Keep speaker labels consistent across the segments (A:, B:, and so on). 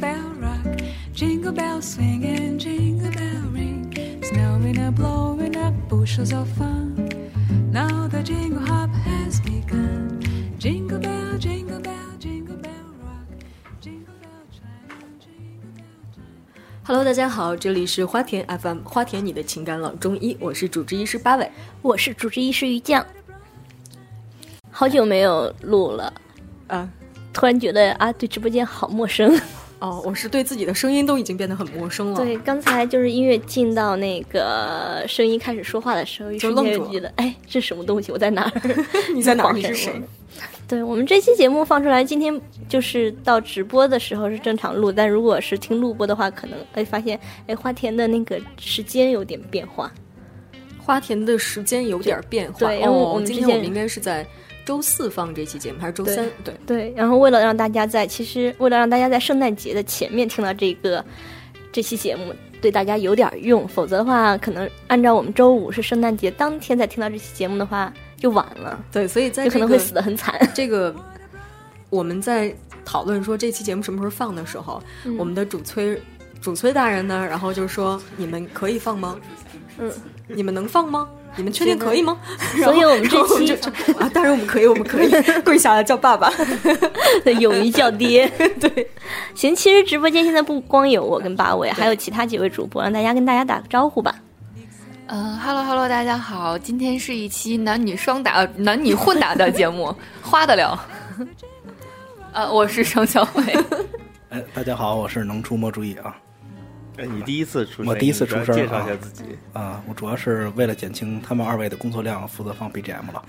A: bell rock, jingle bells swing and jingle bell ring. Snowing and blowing up bushels of fun. Now the jingle hop has begun. Jingle bell, jingle bell, jingle bell rock, jingle bell chime, jingle bell time.
B: Hello，大家好，这里是花田 FM，花田你的情感老中医，我是主治医师八尾。
C: 我是主治医师于酱，好久没有录了，
B: 啊，
C: 突然觉得啊，对直播间好陌生。
B: 哦，我是对自己的声音都已经变得很陌生了。
C: 对，刚才就是音乐进到那个声音开始说话的时候，一
B: 就
C: 瞬间
B: 愣住
C: 就
B: 了
C: 觉得，哎，这什么东西？我在哪儿？
B: 你在哪儿？
C: 恍
B: 你是谁
C: 神了？ 对我们这期节目放出来，今天就是到直播的时候是正常录，但如果是听录播的话，可能哎发现哎花田的那个时间有点变化。
B: 花田的时间有点变化。
C: 对因为
B: 哦，
C: 我们
B: 今
C: 之
B: 天我
C: 前
B: 们应该是在周四放这期节目，还是周
C: 对
B: 三？对，
C: 对，然后为了让大家在，其实为了让大家在圣诞节的前面听到这个这期节目，对大家有点儿用，否则的话，可能按照我们周五是圣诞节当天再听到这期节目的话，就晚了，
B: 对，所以在
C: 有可
B: 这
C: 能会
B: 个
C: 死得很惨。
B: 这个我们在讨论说这期节目什么时候放的时候，
C: 嗯
B: 我们的主催主催大人呢，然后就说你们可以放吗？
C: 嗯，
B: 你们能放吗？你们确定
C: 觉得
B: 可以吗？
C: 所以我们
B: 然后
C: 这期
B: 就就 啊，当然我们可以，我们可以跪下来叫爸爸。
C: 对，勇于叫爹。 对，行，其实直播间现在不光有我跟八位，还有其他几位主播，让大家跟大家打个招呼吧。
D: 嗯哈喽哈喽，大家好，今天是一期男女双打、呃男女混打的节目，花得了。呃，我是程小伟，
E: 哎，大家好，我是能出没注意啊
F: 哎，你第一次出声，
E: 我第一次
F: 你主要
E: 出声
F: 介绍
E: 啊
F: 一下自己。
E: 啊！我主要是为了减轻他们二位的工作量，负责放 BGM 了。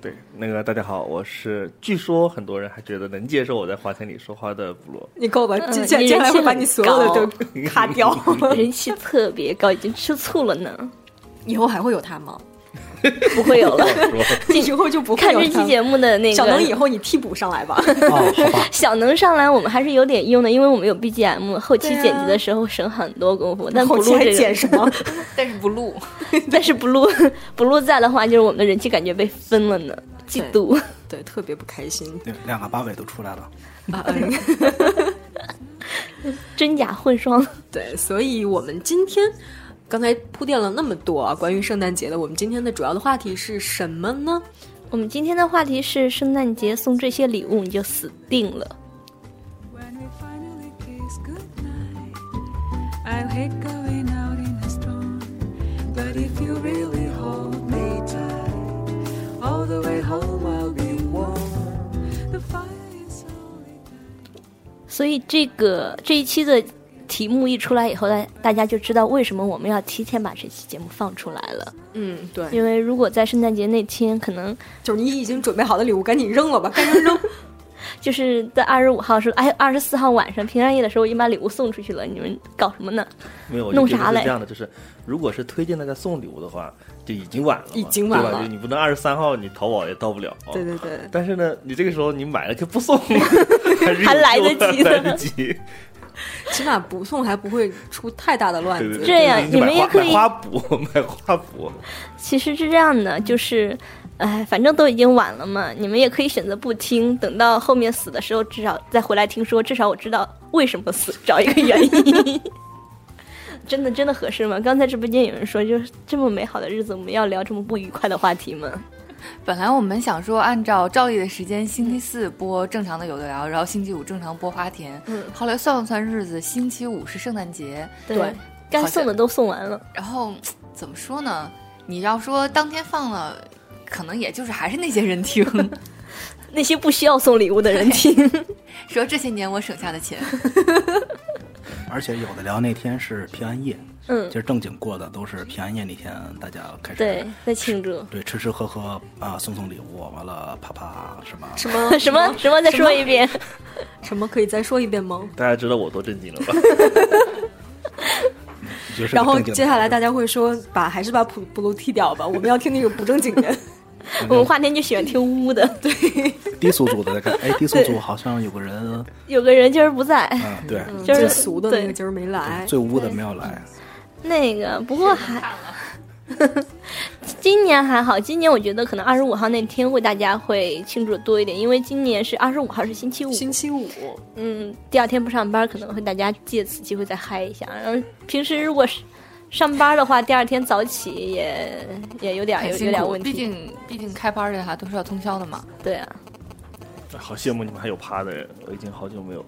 F: 对，那个大家好，我是，据说很多人还觉得能接受我在花田里说话的部落。
B: 你够吧？
C: 嗯
B: 接下
C: 你
B: 接
C: 人
B: 下来
C: 气
B: 会把
C: 很
B: 你所有的都卡掉。
C: 人气特别高，已经吃醋了呢，
B: 以后还会有他吗？
C: 不会有了。
B: 以后就不会
C: 看
B: 有
C: 这期
B: 他。
C: 节目的那个
B: 小能以后你替补上来吧。
E: 哦，好吧，
C: 小能上来我们还是有点用的，因为我们有 BGM，后期
B: 对啊
C: 剪辑的时候省很多功夫。但不
B: 后期
C: 录
B: 还
C: 这
B: 剪
C: 个，
B: 什 么？
D: 但是不录。
C: 但是不录不录在的话，就是我们的人气感觉被分了呢，嫉妒。
B: 对，特别不开心
E: 对，两个八尾都出来了。
B: 啊。 嗯
C: 真假混双，
B: 对，所以我们今天刚才铺垫了那么多啊，关于圣诞节的，我们今天的主要的话题是什么呢？
C: 我们今天的话题是圣诞节送这些礼物你就死定了。
A: When we finally kiss goodnight, I'll hate going out in a storm. But if you really hold me tight, all the way home I'll be warm. The fire is only time.
C: 所以这个这一期的题目一出来以后，大大家就知道为什么我们要提前把这期节目放出来了。
B: 嗯，对，
C: 因为如果在圣诞节那天，可能
B: 就是你已经准备好的礼物，赶紧扔了吧，该扔扔。
C: 就是在二十五号是哎二十四号晚上平安夜的时候，我已经把礼物送出去了，你们搞什么呢？
F: 没有，我
C: 弄
F: 就觉得
C: 啥
F: 是
C: 嘞
F: 这样的，就是如果是推荐大家送礼物的话，就已经晚了嘛，
B: 已经晚
F: 对吧
B: 了
F: 就你不能二十三号你淘宝也到不了。啊
B: 对对对，
F: 但是呢，你这个时候你买了就不送了，还是
C: 还
F: 有
C: 来得
F: 用的
C: 及呢
F: 来得及。
B: 起码不送还不会出太大的乱
F: 对对
B: 子
F: 对，。
C: 这样
F: 就
C: 你们
F: 买
C: 也
F: 花
C: 可以
F: 买花圃， 买花圃。
C: 其实是这样的，就是，哎，反正都已经晚了嘛，你们也可以选择不听，等到后面死的时候，至少再回来听说，至少我知道为什么死，找一个原因。 真的真的合适吗？刚才直播间有人说，就是这么美好的日子，我们要聊这么不愉快的话题吗？
D: 本来我们想说，按照照例的时间，星期四播正常的有的聊，然后星期五正常播花田。
C: 嗯
D: 后来算了算日子，星期五是圣诞节，
B: 对
C: 该送的都送完了，
D: 然后怎么说呢？你要说当天放了，可能也就是还是那些 人听，
C: 那些不需要送礼物的人听。
D: 说这些年我省下 的钱。
E: 而且有的聊那天是平安夜，
C: 嗯
E: 其，实正经过的都是平安夜那天，大家开 始
C: 对，在庆祝。
E: 对吃吃喝喝啊，送送礼物，完了啪啪什么。
B: 什么
C: 什么什么？再说一遍。
B: 什么可以再说一遍吗？
F: 大家知道我多震惊了吧？
E: 你觉得 是
B: 然后
E: 正经的
B: 接下来大家会说，把还是把普普鲁剃掉吧，我们要听那个不正经的。
C: 我们花天就喜欢听呜呜的。对，
E: 低俗组 的在看，哎，低俗组好像有个人，
C: 有个人今儿不在。
E: 嗯，对，
C: 就是
B: 最俗的那
C: 对
B: 个今儿没来，
E: 最污的没有来，
C: 那个，不过还 今年还好，今年我觉得可能二十五号那天会大家会庆祝的多一点，因为今年是二十五号是星期五，
B: 星期五，
C: 嗯，第二天不上班，可能会大家借此机会再嗨一下。然后平时如果是上班的话，第二天早起也也有点
D: 很
C: 有哎有
D: 哎辛
C: 点
D: 苦，
C: 问
D: 毕
C: 题。
D: 竟毕竟开 party 哈都是要通宵的嘛。
C: 对啊，
F: 好羡慕你们还有趴的人，我已经好久没有，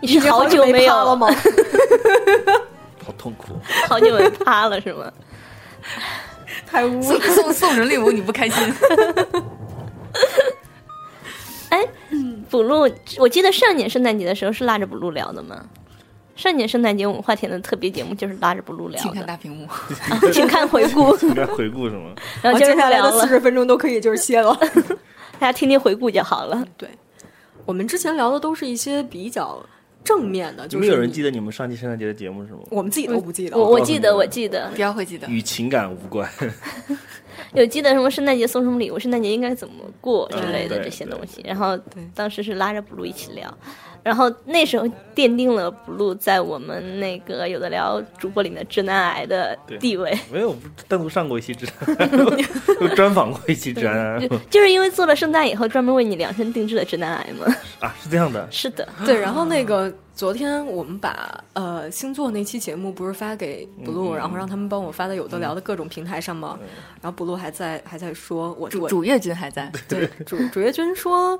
C: 你是好久
B: 久
C: 没有
B: 趴了吗？
F: 好痛苦。
C: 好久没趴了是吗？
B: 太污
D: 送
B: 了。
D: 送送人礼物你不开心？
C: 补录，我记得上年圣诞节的时候是拉着补录聊的吗？上年圣诞节我们花田的特别节目就是拉着补录聊
D: 请看
C: 的，
D: 大屏幕。
C: 啊 请看回 顾，
F: 应该回顾什么？
C: 然后今
B: 接
C: 儿
B: 下来
C: 聊
B: 的四
C: 了，
B: 十分钟都可以就是歇了。
C: 大家听听回顾就好
F: 嗯
C: 了。
B: 对， 我们之前聊的都是一些比较正面的，
F: 你
B: 就
F: 们
B: 是
F: 有人记得你们上期圣诞节的节目是吗？
B: 我们自己都不记得
C: 我
B: 了。
C: 我记得我记得
D: 不要会记得，
F: 与情感无关，
C: 有记得什么圣诞节送什么礼物，圣诞节应该怎么过之类的
F: 对
C: 这些
F: 对
C: 东西。然后当时是拉着 blue 一起聊，然后那时候奠定了 blue 在我们那个有的聊主播里面直男癌的
F: 对
C: 地位。
F: 没有单独上过一期治安，又专访过一期治安啊
C: 就就是因为做了圣诞以后专门为你量身定制的直男癌嘛。
F: 啊，是这样的。
C: 是的，
B: 对，然后那个昨天我们把呃星座那期节目不是发给 blue，、
F: 嗯
B: 然后让他们帮我发在有的聊的各种平台上吗？然后 blue 还在还在说我
D: 主
B: 我
D: 主页君还在。
B: 对主主页君说。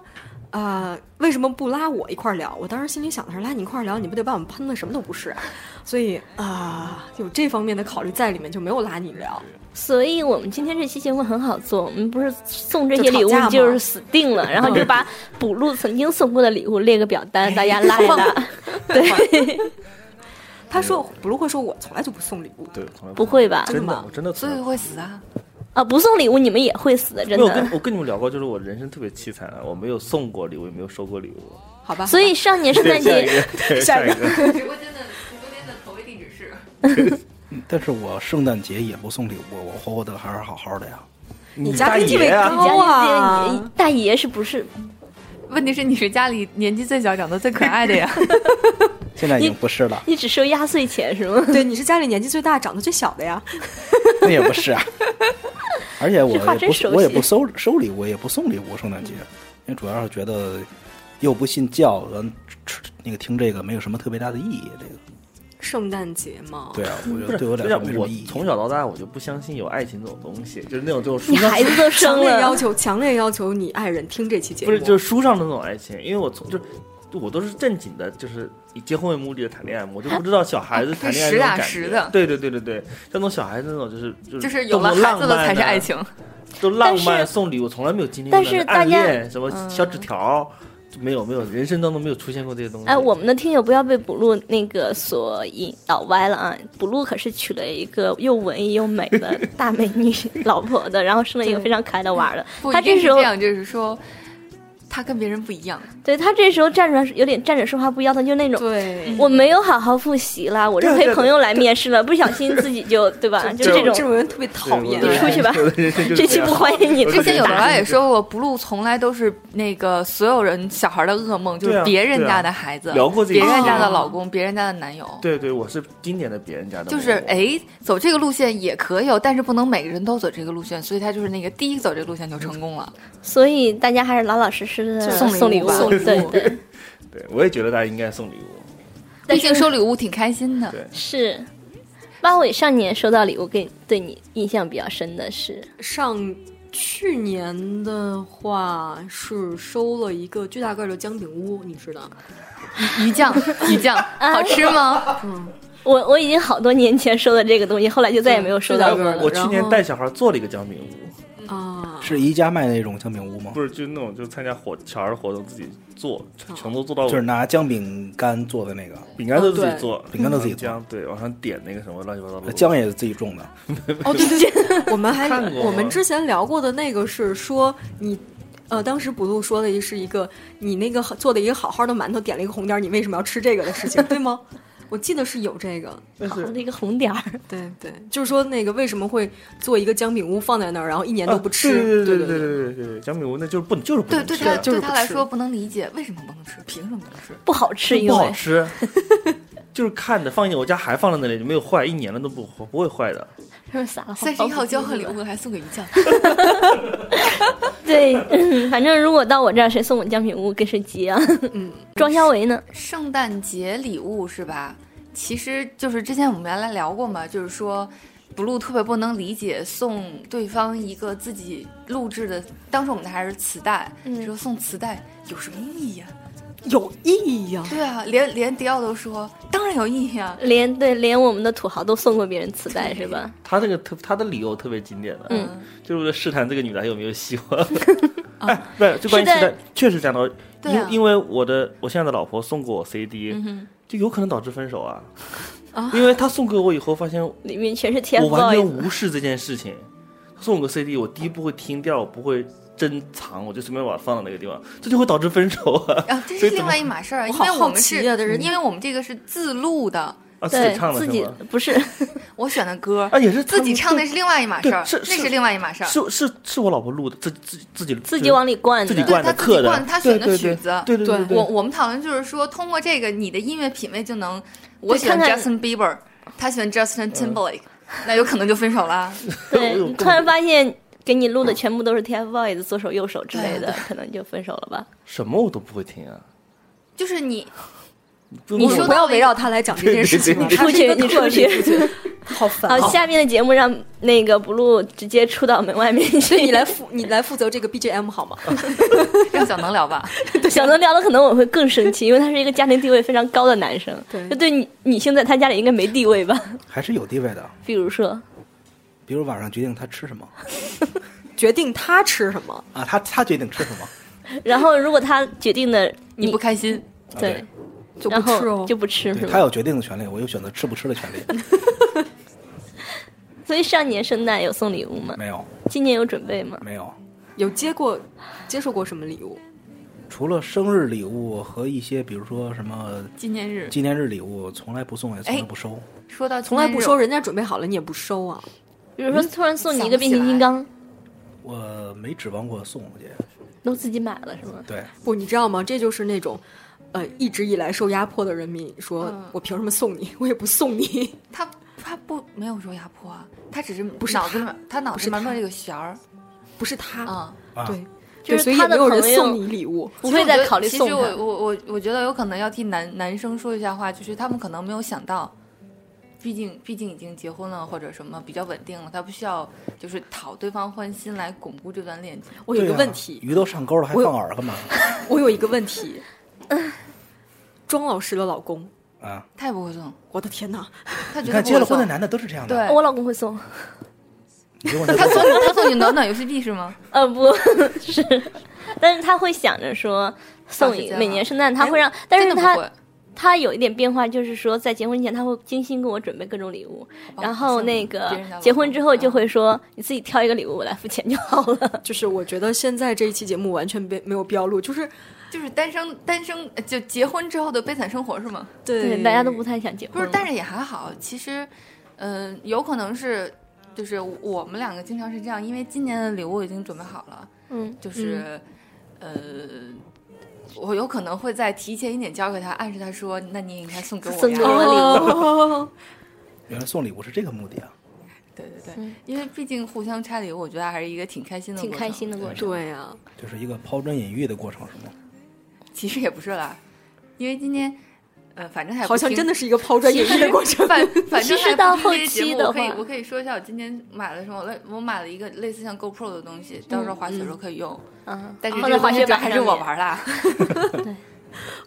B: 啊、为什么不拉我一块儿聊？我当时心里想的是，拉你一块儿聊，你不得把我们喷的什么都不是啊、所以啊、有这方面的考虑在里面，就没有拉你聊。
C: 所以我们今天这期节目很好做，我们不是送这些礼
B: 就吵架
C: 物
B: 嘛
C: 就是死定了，然后就把补录曾经送过的礼物列个表单，大家拉一 拉。
B: 他说，不是会说我从来就不送礼物，
F: 对，从来
C: 不会吧？
F: 真的
B: 吗，
F: 我真的从
D: 所
F: 来
D: 以会死啊！
C: 啊，不送礼物你们也会死的，真
F: 没有我跟
C: 的。
F: 我跟你们聊过，就是我人生特别凄惨啊，我没有送过礼物，也没有收过礼物。
B: 好吧？
C: 所以上年圣
F: 对，
C: 诞
F: 下
C: 节
F: 一。个，对，下一个，
D: 直播间的直播间的投喂地址是
E: 但是我圣诞节也不送礼物，我活得还是好好的呀。
F: 你
B: 家
F: 大
B: 庭地位
F: 爷啊，
B: 高
C: 家里
B: 啊！
C: 大爷是不是？
D: 问题是你是家里年纪最小、长得最可爱的呀。
E: 现在已经不是了，
C: 你只收压岁钱是吗？
B: 对，你是家里年纪最大、长得最小的呀。
E: 那也不是 啊。而且我
C: 这话
E: 也
C: 真
E: 不
C: 熟
E: 是，
C: 悉
E: 我也不收收礼物，也不送礼物，圣诞节，因为主要是觉得又不信教，然后吃那个听这个没有什么特别大的意义。这个
B: 圣诞节嘛，
E: 对啊，我觉得
F: 不是
E: 对我来
F: 就
E: 说
F: 像
E: 没什
F: 我
E: 么意义。
F: 从小到大我就不相信有爱情这种东西，就是那种就是书
C: 你
F: 上
C: 孩子都
B: 强
C: 生
B: 烈要
C: 了，
B: 求，强烈要求你爱人听这期节目。
F: 不是就是书上的那种爱情，因为我从就就我都是正经的，就是以结婚为目的的谈恋 爱嘛，我就不知道小孩子谈恋爱
D: 是实
F: 那种
D: 打
F: 感觉
D: 实的
F: 对对对对对，像那种小孩子那种就是就是
D: 就
F: 就是
D: 有 了孩子了才是爱，情。
F: 啊都浪
C: 但
F: 漫
C: 是
F: 送礼物从来没有经历过
C: 但是大
F: 暗
C: 家
F: 恋什么小纸条，没有没有，人生当中没有出现过这些东西。
D: 啊
C: 哎，我们的听友不要被补录那个所引导歪了啊！补录可是娶了一个又文艺又美的大美女老婆的，然后生了一个非常可爱的娃儿的。
D: 不
C: 他
D: 一定
C: 这
D: 是
C: 时候
D: 这，样就是说，他跟别人不一样。
C: 对他这时候站出来有点站着说话不腰疼，就那种。
B: 对，
C: 我没有好好复习啦，我是
F: 对对啊
C: 陪
F: 对
C: 朋友来面试了，不小心自己就对吧？就这
B: 这
C: 种，
B: 种人特别讨厌。
C: 你出去吧
F: 我的人生就是
C: 这
F: 样
C: 期不欢迎你。
F: 我
D: 之前有
F: 的
D: 人
F: 娃
D: 也说过，不露从来都是那个所有人小孩的噩梦，就是
F: 对啊
D: 别人家的孩子，
F: 对啊聊过这个
D: 别人家的
B: 哦
D: 老公，别人家的男友。
F: 对对，我是经典的别人家的，
D: 就是哎，走这个路线也可以哦，但是不能每个人都走这个路线，所以他就是那个第一个走这个路线就成功了。
C: 所以大家还是老老实实的
D: 送
C: 礼
D: 礼物
C: 物，
D: 吧送礼物
C: 对 对，
F: 对我也觉得大家应该送礼物，
D: 毕竟收礼物挺开心的
F: 对，
C: 是。八尾上年收到礼物给对你印象比较深的是，
B: 上去年的话是收了一个巨大个儿的姜饼屋，你知道？
D: 鱼酱鱼酱好吃吗？
C: 我我已经好多年前收的这个东西，后来就再也没有收到
B: 嗯
C: 过了
F: 我。
B: 然
F: 去年
B: 后
F: 带小孩做了一个姜饼屋，
B: 啊，
E: 是宜家卖那种姜饼屋吗？
F: 不是就那种就参加活小孩活动自己做，
D: 哦
F: 全都做到
E: 就是拿姜饼干做的那个，
F: 饼干都自己做，嗯
E: 饼干都自己做
F: 姜对往上点那个什么乱七八糟的
E: 姜也是自己种的。
B: 哦，对对对，我们还
F: 看过
B: 我们之前聊过的那个是说你。呃，当时补录说的是一个你那个做的一个好好的馒头，点了一个红点儿，你为什么要吃这个的事情， 对吗？我记得是有这个，
F: 但
C: 好
F: 是
C: 的一个红点儿，
B: 对对，就是说那个为什么会做一个姜饼屋放在那儿，然后一年都不吃？
F: 啊对
B: 对
F: 对对对对对，姜饼屋那就是不就是不
D: 对
F: 能
D: 对
F: 吃
D: 他
F: 的，
D: 对
B: 是
D: 他
B: 不
D: 来
B: 吃
D: 说不能理解为什么不能吃，凭什么不能吃？
C: 不好吃，因
F: 不好
C: 为
F: 吃，就是看着放一年，我家还放在那里，就没有坏，一年了都不不会坏的。
C: 就是撒了好
D: 三十一号交换礼
C: 物。
D: 物还送给一酱，
C: 对、嗯反正如果到我这儿，谁送我酱品屋跟谁急啊。
B: 嗯，
C: 庄小维呢？
D: 圣诞节礼物是吧？其实就是之前我们原来聊过嘛，就是说。blue 特别不能理解送对方一个自己录制的，当时我们的还是磁带，
C: 嗯
D: 说送磁带有什么意义呀、
B: 有意义呀、
D: 对啊，连连迪奥都说，当然有意义啊。
C: 连对连我们的土豪都送过别人磁带是
B: 嗯
C: 吧？
F: 他这个特他的理由特别经典的，
C: 嗯，
F: 就是为了试探这个女的还有没有希望。 哎，对，就关于
C: 是的
F: 磁带，确实讲到，
D: 对啊
F: 因因为我的我现在的老婆送过我 CD，
D: 哼
F: 就有可能导致分手啊，因为她送给我以后，发现我
C: 里面全是 TF
F: 完全
C: Boys。
F: 无视这件事情。她送我个 CD，我第一不会听掉，我不会珍藏，我就随便把它放到那个地方，这就会导致分手啊。
D: 啊，这
F: 所
D: 是
F: 以怎
D: 另
F: 么
D: 外一码事儿，
B: 我
D: 因
B: 好
D: 为
B: 好
D: 我们
B: 奇
D: 是，
B: 呀这人
D: 因为我们这个是自录的，
F: 啊，自己
C: 对
F: 唱的
C: 自
F: 是
C: 己
F: 吗？
C: 不是，
D: 我选的歌
F: 啊，也是
D: 自己唱的
F: 是
D: 是另外一码事儿，
F: 对是
D: 那
F: 是
D: 是另外一码事儿。
F: 是是是我老婆录的，自自自己
C: 自己往里灌
F: 自己
C: 的。
F: 灌的
D: 对他自己
F: 刻的
D: 灌，他选的
F: 对对
D: 曲子
F: 对对对
D: 我
F: 对，
D: 我们讨论就是说，通过这个，你的音乐品味就能，我
C: 对
D: 喜欢
C: 看看
D: Justin Bieber，他喜欢 Justin Timberlake，那有可能就分手啦。
C: 对，
F: 我
C: 你突然发现给你录的全部都是 TFBOYS 左手右手之类的
D: 对，
C: 可能就分手了吧？
F: 什么我都不会听啊。
D: 就是你，
F: 不
D: 你
F: 我
D: 说
B: 不要围绕他来讲这件事情了，
C: 对对对
B: 他是一个
C: 你出去
B: 特例出去，好烦
C: 好，
B: 啊。
C: 下面的节目让那个 Blue 直接出到门外面
B: 所以
C: 去
B: 你。来负你来负责这个 BGM 好吗？
E: 嗯
D: 让小能聊吧。
C: 小能聊的可能我会更生气，因为他是一个家庭地位非常高的男生，
B: 对
C: 就对女女性在他家里应该没地位吧？
E: 还是有地位的。
C: 比如说，
E: 比如晚上决定他吃什么
B: 决定他吃什么，
E: 啊，他他决定吃 什么，
C: 然后如果他决定的
D: 你不开心，
E: 啊
C: 对，
B: 就不
C: 然
B: 吃哦
C: 后。就不吃是
E: 对
C: 吧
E: 他？有决定的权利，我有选择吃不吃的权利。
C: 所以上年圣诞有送礼物吗？
E: 没有，
C: 今年有准备吗？
E: 没有，
B: 有接过接受过什么礼物？
E: 除了生日礼物和一些比如说什么
D: 纪念日
E: 纪念日礼物，从来不送也
B: 哎
E: 从来不收。
D: 说到
B: 从来不收
D: 人，
B: 人家准备好了，你也不收啊？
C: 比如说突然送你一
D: 想
C: 个
D: 不起
C: 变形金
D: 来
C: 刚，
E: 我没指望过送我去。
C: 都自己买了
D: 啊
C: 是吗？
E: 对，
B: 不，你知道吗？这就是那种，呃，一直以来受压迫的人民说，
D: 嗯
B: 我凭什么送你？ 我也不送你。
D: 他他不没有说压迫啊，他只是不
B: 是
D: 脑子里面他脑
B: 不
D: 子
B: 是
D: 里面
B: 他
D: 没有这个弦儿
B: 不是他，
D: 啊。
E: 啊
B: 对，
C: 就
B: 对
C: 是
B: 所以
C: 他
B: 也
C: 的
B: 没有人
C: 朋友
B: 送你礼物。
C: 不会再考虑送
D: 其实
C: 他
D: 我。我我我觉得有可能要替男男生说一下话，就是他们可能没有想到，毕竟毕竟已经结婚了或者什么比较稳定了，他不需要就是讨对方欢心来巩固这段恋情。
B: 我有一
E: 对
B: 个
E: 啊
B: 问题，
E: 鱼都上钩了还
B: 我有
E: 放饵 干嘛？
B: 我有一个问题，庄老师的老公，
E: 啊，
D: 他也不会送，
B: 我的天哪！
D: 他
E: 你
D: 绝对
E: 看
D: 不
E: 结
D: 会
E: 了婚的
D: 送。
E: 男的都是这样的。
D: 对，
C: 我老公会送，
E: 你结婚 就
D: 他送你他送你暖暖游戏币是吗？
C: 呃，不 是，但是他会想着说送
D: 长时
C: 一
D: 间
C: 每
D: 了哎
C: 年圣诞他会让，但是
D: 真的
C: 他
D: 不会。
C: 他有一点变化，就是说在结婚前他会精心给我准备各种礼物，
D: 吧
C: 然
D: 哦好
C: 后
D: 像
C: 那个
D: 别人家老
C: 结婚
D: 公
C: 之后就
D: 嗯
C: 会说你自己挑一个礼物，我来付钱就好了。
B: 就是我觉得现在这一期节目完全被没有标录，就是
D: 就是单身单身呃就结婚之后的悲惨生活是吗？
B: 对
C: 大家都不太想结婚
D: 不
C: 了。
D: 是，但是也还好。其实，嗯、有可能是就是我们两个经常是这样，因为今年的礼物已经准备好了。
C: 嗯，
D: 就是，呃，我有可能会再提前一点交给他，暗示他说，那你也应该送给我呀。
C: 送给我
D: 对
B: 哦，
E: 原来送礼物是这个目的啊！
D: 对对，因为毕竟互相拆礼物，我觉得还是一个挺开心的，
C: 嗯挺开心
D: 的。
C: 的过程。
B: 对啊呀，
E: 就是一个抛砖引玉的过程，是吗？
D: 其实也不是啦，因为今天，呃，反正还
B: 好像真的是一个抛砖引玉的过 程。
D: 反反
C: 其
D: 正
C: 实
D: 还
C: 到
D: 不听
C: 后
D: 这些节
C: 期
D: 目
C: 的
D: 我可以
C: 话
D: 我可以说一下我今天买了什么。我类我买了一个类似像 GoPro 的东西，到时候滑雪的时候可以用。
C: 嗯，
D: 但是
C: 放
D: 这
C: 在
D: 个
C: 滑
D: 东
C: 雪
D: 西
C: 板
D: 还是
C: 上
D: 我
C: 面
D: 玩啦。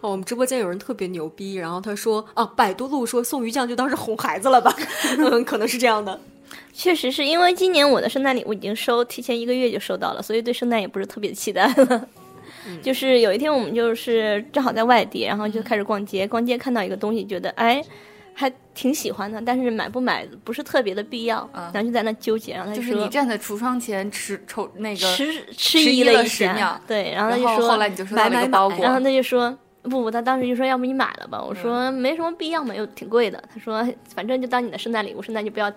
B: 哦，我们直播间有人特别牛逼，然后他说啊，百度路说送鱼酱就当是哄孩子了吧， 嗯，可能是这样的。
C: 确实是因为今年我的圣诞礼物已经收，提前一个月就收到了，所以对圣诞也不是特别期待了。
D: 嗯
C: 就是有一天我们就是正好在外地，然后就开始逛街，逛街看到一个东西，觉得哎。还挺喜欢的，但是买不买不是特别的必要，
D: 啊
C: 然后就在那纠结。然后他
D: 就
C: 嗯
D: 是
C: 说
D: 你站在橱窗前吃抽那个
C: 迟迟
D: 迟
C: 疑
D: 疑
C: 了
D: 了
C: 一
D: 10
C: 下
D: 秒，
C: 对，然后他
D: 然
C: 就
D: 后
C: 说，
D: 后来你就收到
B: 买
D: 了一个
B: 买
D: 包
B: 买
D: 裹，
C: 然后他就说不不，他当时就说要不你买了吧，我
D: 嗯
C: 说没什么必要嘛，又挺贵的。他说反正就当你的圣诞礼物，圣诞就不要，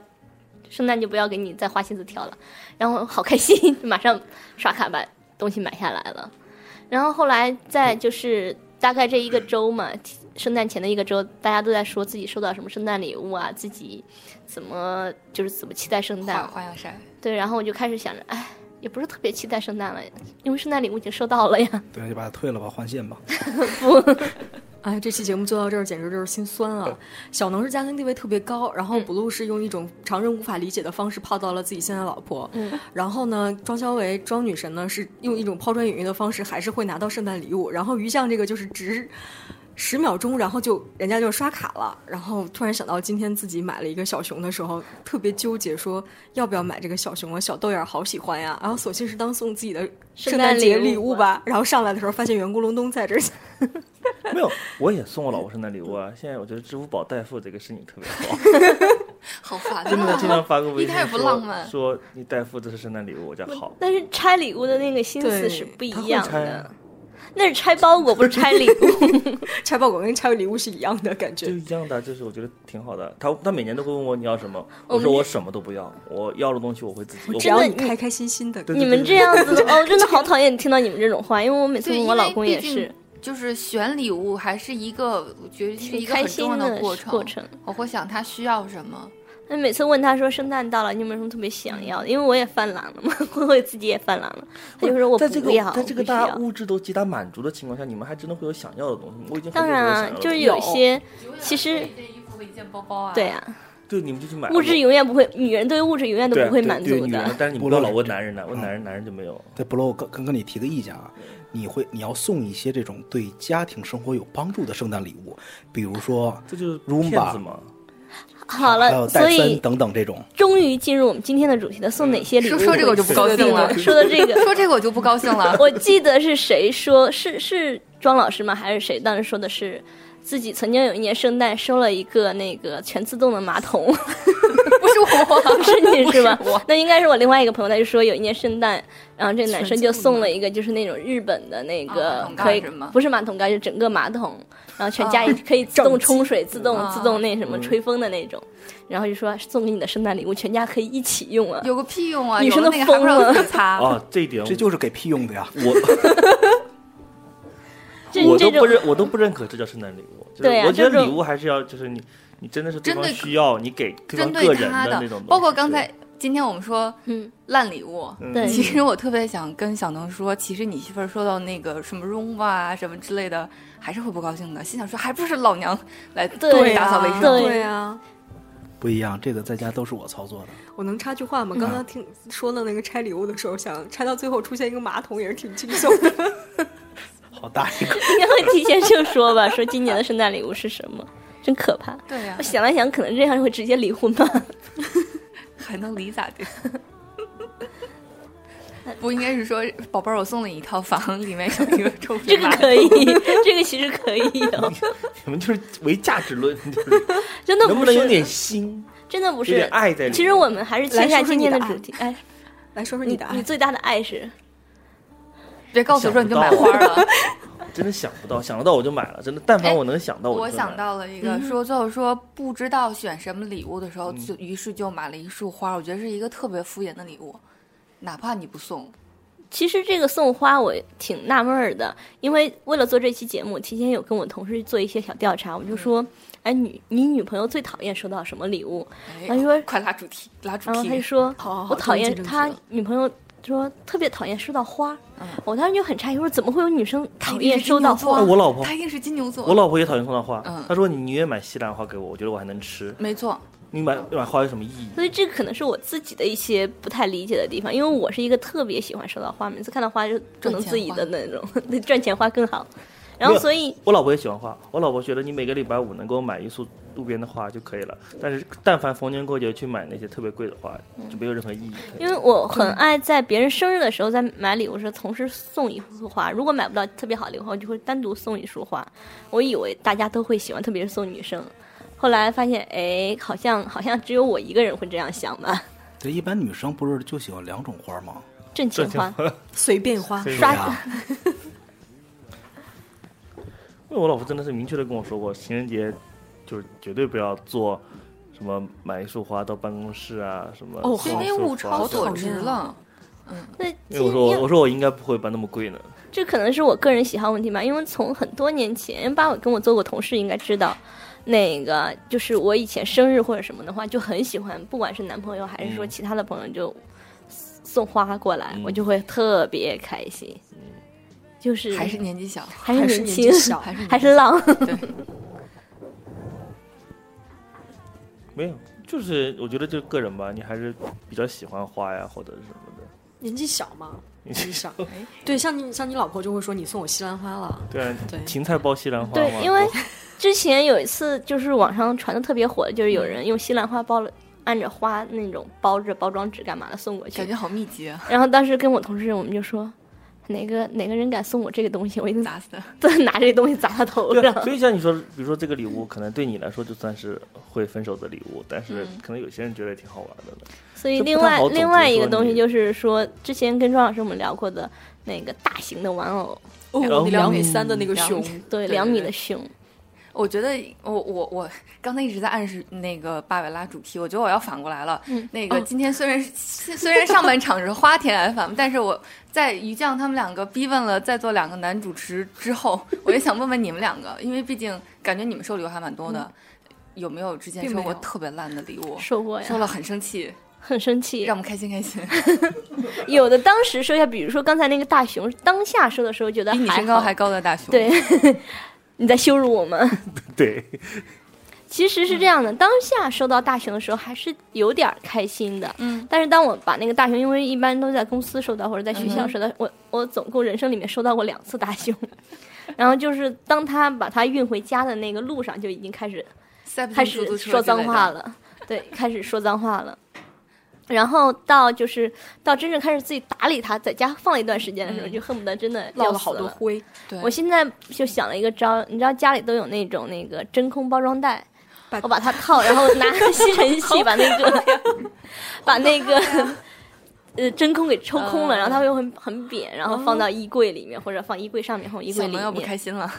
C: 圣诞就不要给你再花心思挑了。然后好开心，马上刷卡把东西买下来了。然后后来在就是大概这一个周嘛，提圣诞前的一个周，大家都在说自己收到什么圣诞礼物啊，自己怎么就是怎么期待圣
D: 花
C: 诞，
D: 花 样山，
C: 对，然后我就开始想着，哎，也不是特别期待圣诞了，因为圣诞礼物已经收到了呀。
E: 对，就把它退了吧，换线吧。
B: 哎，这期节目做到这儿，简直就是心酸 啊！小能是家庭地位特别高，然后
C: 嗯
B: 布鲁是用一种常人无法理解的方式泡到了自己现在的老婆，
C: 嗯，
B: 然后呢，庄小维庄女神呢是用一种抛砖引玉的方式，还是会拿到圣诞礼物，然后于酱这个就是直。十秒钟，然后就人家就刷卡了，然后突然想到今天自己买了一个小熊的时候，特别纠结，说要不要买这个小熊啊？小豆眼儿好喜欢呀，然后索性是当送自己的圣
C: 圣诞
B: 诞节
C: 礼
B: 礼
C: 物
B: 物吧。然后上来的时候发现圆咕隆咚在这儿，
F: 没有，我也送我老婆圣诞礼物啊。现在我觉得支付宝代付这个事情特别
D: 好
F: 好，
D: 烦
F: 真的经常
D: 啊！
F: 发个微
D: 一
F: 信
D: 点也不
F: 说
D: 浪漫
F: 说你代付这是圣诞礼物，我叫好。
C: 但是拆礼物的那个心思
B: 对
C: 是不一
F: 他会
C: 样
F: 拆
C: 的
F: 啊，
C: 那是拆包裹，不是拆礼物。
B: 拆包裹跟拆礼物是一样的感觉
F: 就。一样的，就是我觉得挺好的。他他每年都会问我你要什么，
C: 我
D: 哦
F: 我
C: 们
F: 说
C: 这
F: 我什么都不要，我要的东西我会自己。我
B: 只
C: 真
B: 要
C: 的
B: 你开开心嗯心的，
F: 对
C: 你们这样子的哦，真的好讨厌听到你们这种 话，因为我每次
D: 对
C: 问
D: 因
C: 我老
D: 为
C: 公
D: 毕
C: 也
D: 竟
C: 是
D: 就是选礼物还是一个，我觉得是一
C: 挺
D: 个
C: 开
D: 很重
C: 心
D: 要
C: 的
D: 过程。
C: 过程。
D: 我会想他需要什么，
C: 那每次问他说圣诞到了，你有没有什么特别想要的？因为我也犯懒了嘛， 会不会自己也犯懒了？他就说我
F: 在这
C: 不
F: 个
C: 要，
F: 在这
C: 我
F: 个
C: 不
F: 大
C: 需
F: 家
C: 要
F: 物质都极大满足的情况下，你们还真的会有想要的东西。我已经很
C: 当
F: 久没
C: 然
F: 有想要
C: 啊
F: 的，
C: 就
F: 东
C: 是
F: 西
C: 有一些其实
D: 一件衣服和一件包包啊
C: 对啊，
F: 对你们就去买
C: 物质
F: 我
C: 永远不会，女人对物质永远都
F: 对啊
C: 不会
F: 对
C: 满
F: 对
C: 足
F: 女人
C: 的。
F: 但是你
E: 不
F: 不要
E: 浪
F: 老
E: 漫
F: 问
E: 这
F: 男人的，问
E: 嗯
F: 男人男人就没有。
E: 对，不罗，我刚刚跟你提个意见啊，你会你要送一些这种对家庭生活有帮助的圣诞礼物，比如说
F: 这就是骗
E: Roomba
F: 子 嘛，
C: 好
E: 还有
C: 了，所
E: 戴森
C: 以
E: 等等这种。
C: 终于进入我们今天的主题了，送哪些礼物？
D: 说说这个我就不高兴了，
C: 说到 这个，
D: 说这个我就不高兴了。
C: 啊我记得是谁说，是是庄老师吗？还是谁当时说的是自己曾经有一年圣诞收了一个那个全自动的马桶，
D: 不是我，
C: 是你
D: 不
C: 是
D: 是
C: 吧
D: 我？
C: 那应该是我另外一个朋友，他就说有一年圣诞，然后这个男生就
B: 全自动
C: 送
B: 的
C: 了一个就是那种日本的那
D: 啊马
C: 个
D: 桶盖
C: 可以
D: 是吗
C: 不是马桶盖，就整个马桶，然后全家
D: 啊
C: 也可以自动
B: 整机
C: 冲水、自动
D: 啊
C: 自动那什么吹风的那种，然后就说送给你的圣诞礼物，全家可以一起用啊。
D: 有个屁用啊！
C: 女生都
D: 有了那个还不让
C: 疯
D: 自己擦。
F: 啊，这一点
E: 这就是给屁用的呀。
F: 我
C: 这
F: 我
C: 这
F: 都不
C: 种
F: 认，我都不认可这叫圣诞礼物。就是
C: 对啊
F: 我觉
C: 这
F: 得
C: 种
F: 礼物还是要就是你，你真的是对
D: 针
F: 方
D: 对
F: 需要，你给对
D: 针
F: 方
D: 对
F: 个人
D: 他
F: 那种东西。
D: 包括刚
F: 对
D: 才今天我们说
C: 嗯，
D: 烂礼物。
C: 对
D: 其实我特别想跟小能说，其实你媳妇儿说到那个什么 room 啊什么之类的，还是会不高兴的，心想说还不是老娘来
C: 对
D: 打扫卫
B: 啊
D: 生。
C: 对
B: 对呀，
E: 不一样，这个在家都是我操作的。
B: 我能插句
F: 嗯
B: 话吗？刚刚听说到那个拆礼物的时候，想拆到最后出现一个马桶也是挺惊悚的。
E: 好大一个，
C: 应该会提前就说吧，说今年的圣诞礼物是什么，真可怕。
D: 对啊呀、
C: 我想了想，可能这样会直接离 婚吧。
D: 还能离咋地？ 不应该是说，宝贝儿，我送了你一套房，里面有一个抽
C: 这
D: 屉
C: 个
D: 吧。
C: 可以， 这个其实可以哦，
F: 你们就是唯价 值论，就是
C: 真的
F: 能
C: 不
F: 能有
C: 是，
F: 点心，
C: 真的不
F: 有点
C: 是。
F: 爱在里面？
C: 其实我们还是切
B: 来
C: 下
B: 说说
C: 今
B: 你
C: 天
B: 的
C: 的
B: 爱
C: 主题。哎，
B: 来说说你
C: 你
B: 的啊
C: 你
B: 爱，
C: 最大的爱是
D: 别告诉我说你就买花儿了。
F: 真的想不到，想得到我就买了。真的，但凡
D: 哎
F: 我能想到
D: 我
F: 就
D: 想
F: 买了。
D: 到了一
B: 嗯
D: 个，说最后说不知道选什么礼物的时
F: 嗯
D: 候，就于是就买了一束花，我觉得是一个特别敷衍的礼物，哪怕你不送，
C: 其实这个送花我挺纳闷儿的，因为为了做这期节目，提前有跟我同事做一些小调查，我就
B: 嗯
C: 说，哎，女你女朋友最讨厌收到什么礼物？
D: 哎
C: 他说
D: 快拉主题，拉主
B: 嗯
C: 然后他就
D: 题，
C: 说，
B: 好好好
C: 我讨
B: 终
C: 厌
B: 于见证
C: 他
B: 题了
C: 女朋友说特别讨厌收到花。
D: 嗯
C: 我当时就很诧异，我说怎么会有女生讨
D: 一定
C: 厌
D: 是
C: 收到
B: 啊
D: 金牛座
C: 花
F: 哎？我老婆
D: 他一定是金牛座，
F: 我老婆也讨厌送到花
D: 嗯，
F: 她说你宁愿买西兰花给我，我觉得我还能吃。
D: 没错，
F: 你买买花有什么意义？
C: 所以这可能是我自己的一些不太理解的地方，因为我是一个特别喜欢收到花，每次看到花就不能自已的那种， 对赚钱花更好。然后所以
F: 我老婆也喜欢花，我老婆觉得你每个礼拜五能给我买一束路边的花就可以了。但是但凡逢年过节去买那些特别贵的花，就没有任何意义可
C: 因
F: 言。
C: 为我很爱在别人生日的时候，在买礼物时同时送一束花。如果买不到特别好的礼物，我就会单独送一束花。我以为大家都会喜欢，特别是送女生。后来发现，哎，好像好像只有我一个人会这样想吧。
E: 这一般女生不是就喜欢两种花吗？
C: 挣钱花，
B: 随便花
F: 所以
C: 刷
E: 对啊
F: 因为我老婆真的是明确的跟我说过，情人节就是绝对不要做什么买一束花到办公室啊什么。
B: 哦
F: 送
D: 因
F: 一
D: 为
F: 束
D: 物
F: 花
D: 超
B: 好
D: 所
B: 讨
D: 值
B: 厌啊
D: 了。
C: 那
F: 因为我说我我说我应该不会把那么贵呢，
C: 这可能是我个人喜好问题吧，因为从很多年前，八尾跟我做过同事应该知道，那个就是我以前生日或者什么的话，就很喜欢，不管是男朋友还是说
F: 嗯
C: 其他的朋友，就送花过来，
F: 嗯
C: 我就会特别开心，
F: 啊
C: 就是
D: 还是年纪小，
C: 还是
B: 还是
C: 年
B: 年
C: 轻
B: 纪，小
D: 还是年纪
C: 还是浪，
D: 对，
F: 没有，就是我觉得这个人吧，你还是比较喜欢花呀，或者是什么的。
B: 年纪小嘛，
F: 你
B: 年纪 小，哎对，像你像你老婆就会说你送我西兰花了，
F: 对啊，
B: 对
F: 芹菜包西兰花
C: 对
F: 嘛，
C: 因为之前有一次就是网上传的特别火的，就是有人用西兰花包了。按着花那种包着包装纸干嘛的送过去，
D: 感觉好密集啊，
C: 然后当时跟我同事我们就说，哪个哪个人敢送我这个东西，我一定
D: 砸死他！
C: 再拿这个东西砸 他头
F: 对
C: 上
F: 啊。所以像你说，比如说这个礼物，可能对你来说就算是会分手的礼物，但是
D: 嗯
F: 可能有些人觉得挺好玩的呢。
C: 所以
F: 这不
C: 另
F: 太
C: 外
F: 好总
C: 另
F: 结
C: 外一
F: 说
C: 个东西
F: 你
C: 就是说，之前跟庄老师我们聊过的那个大型的玩偶，
B: 哦，你两米三的那个熊，
C: 对
D: 对
C: 两
D: 对
C: 米
D: 对
C: 的熊，
D: 我觉得我我我刚才一直在暗示那个巴维拉主题，我觉得我要反过来了。
C: 嗯
D: 那个今天虽然、 虽然上半场是花田 FM，但是我在于酱他们两个逼问了在座两个男主持之后， 我也想问问你们两个，因为毕竟感觉你们收礼物还蛮多的，
C: 嗯
D: 有没有之前
B: 并
D: 收
B: 没
D: 过
B: 有
D: 特别烂的礼物？
C: 收过
D: 收
C: 呀，
D: 了很生气，
C: 很生气
D: 让。我们开心 开心。
C: 有的当时收下，比如说刚才那个大熊，当下收的时候觉得
D: 比你
C: 还
D: 身高
C: 好
D: 还高的大熊，
C: 对， 你在羞辱我们。
F: 对，
C: 其实
D: 嗯
C: 是这样的，当下收到大熊的时候还是有点儿开心的，
D: 嗯，
C: 但是当我把那个大熊，因为一般都在公司收到或者在学校
D: 嗯哼
C: 收到，我我总共人生里面收到过两次大熊， 然后就是当他把它运回家的那个路上就已经开始
D: 塞不
C: 开
D: 进
C: 始
D: 出嗯租车
C: 说脏话
D: 了。
C: 了，对，开始说脏话了。然后到就是到真正开始自己打理它，在家放一段时间的时候，
D: 嗯
C: 就恨不得真的
B: 落
C: 要
B: 了
C: 死
B: 好多
C: 了
B: 灰，
D: 对，
C: 我现在就想了一个招儿，你知道家里都有那种那个真空包装袋，
B: 把
C: 我把它套，然后拿吸尘器把那 个把那个 呃真空给抽空了，
D: 嗯哦
C: 然后它会很很扁，然后放到衣柜里面或者放衣柜上面或衣柜
D: 小
C: 里
D: 朋友不
C: 面。
D: 开心了，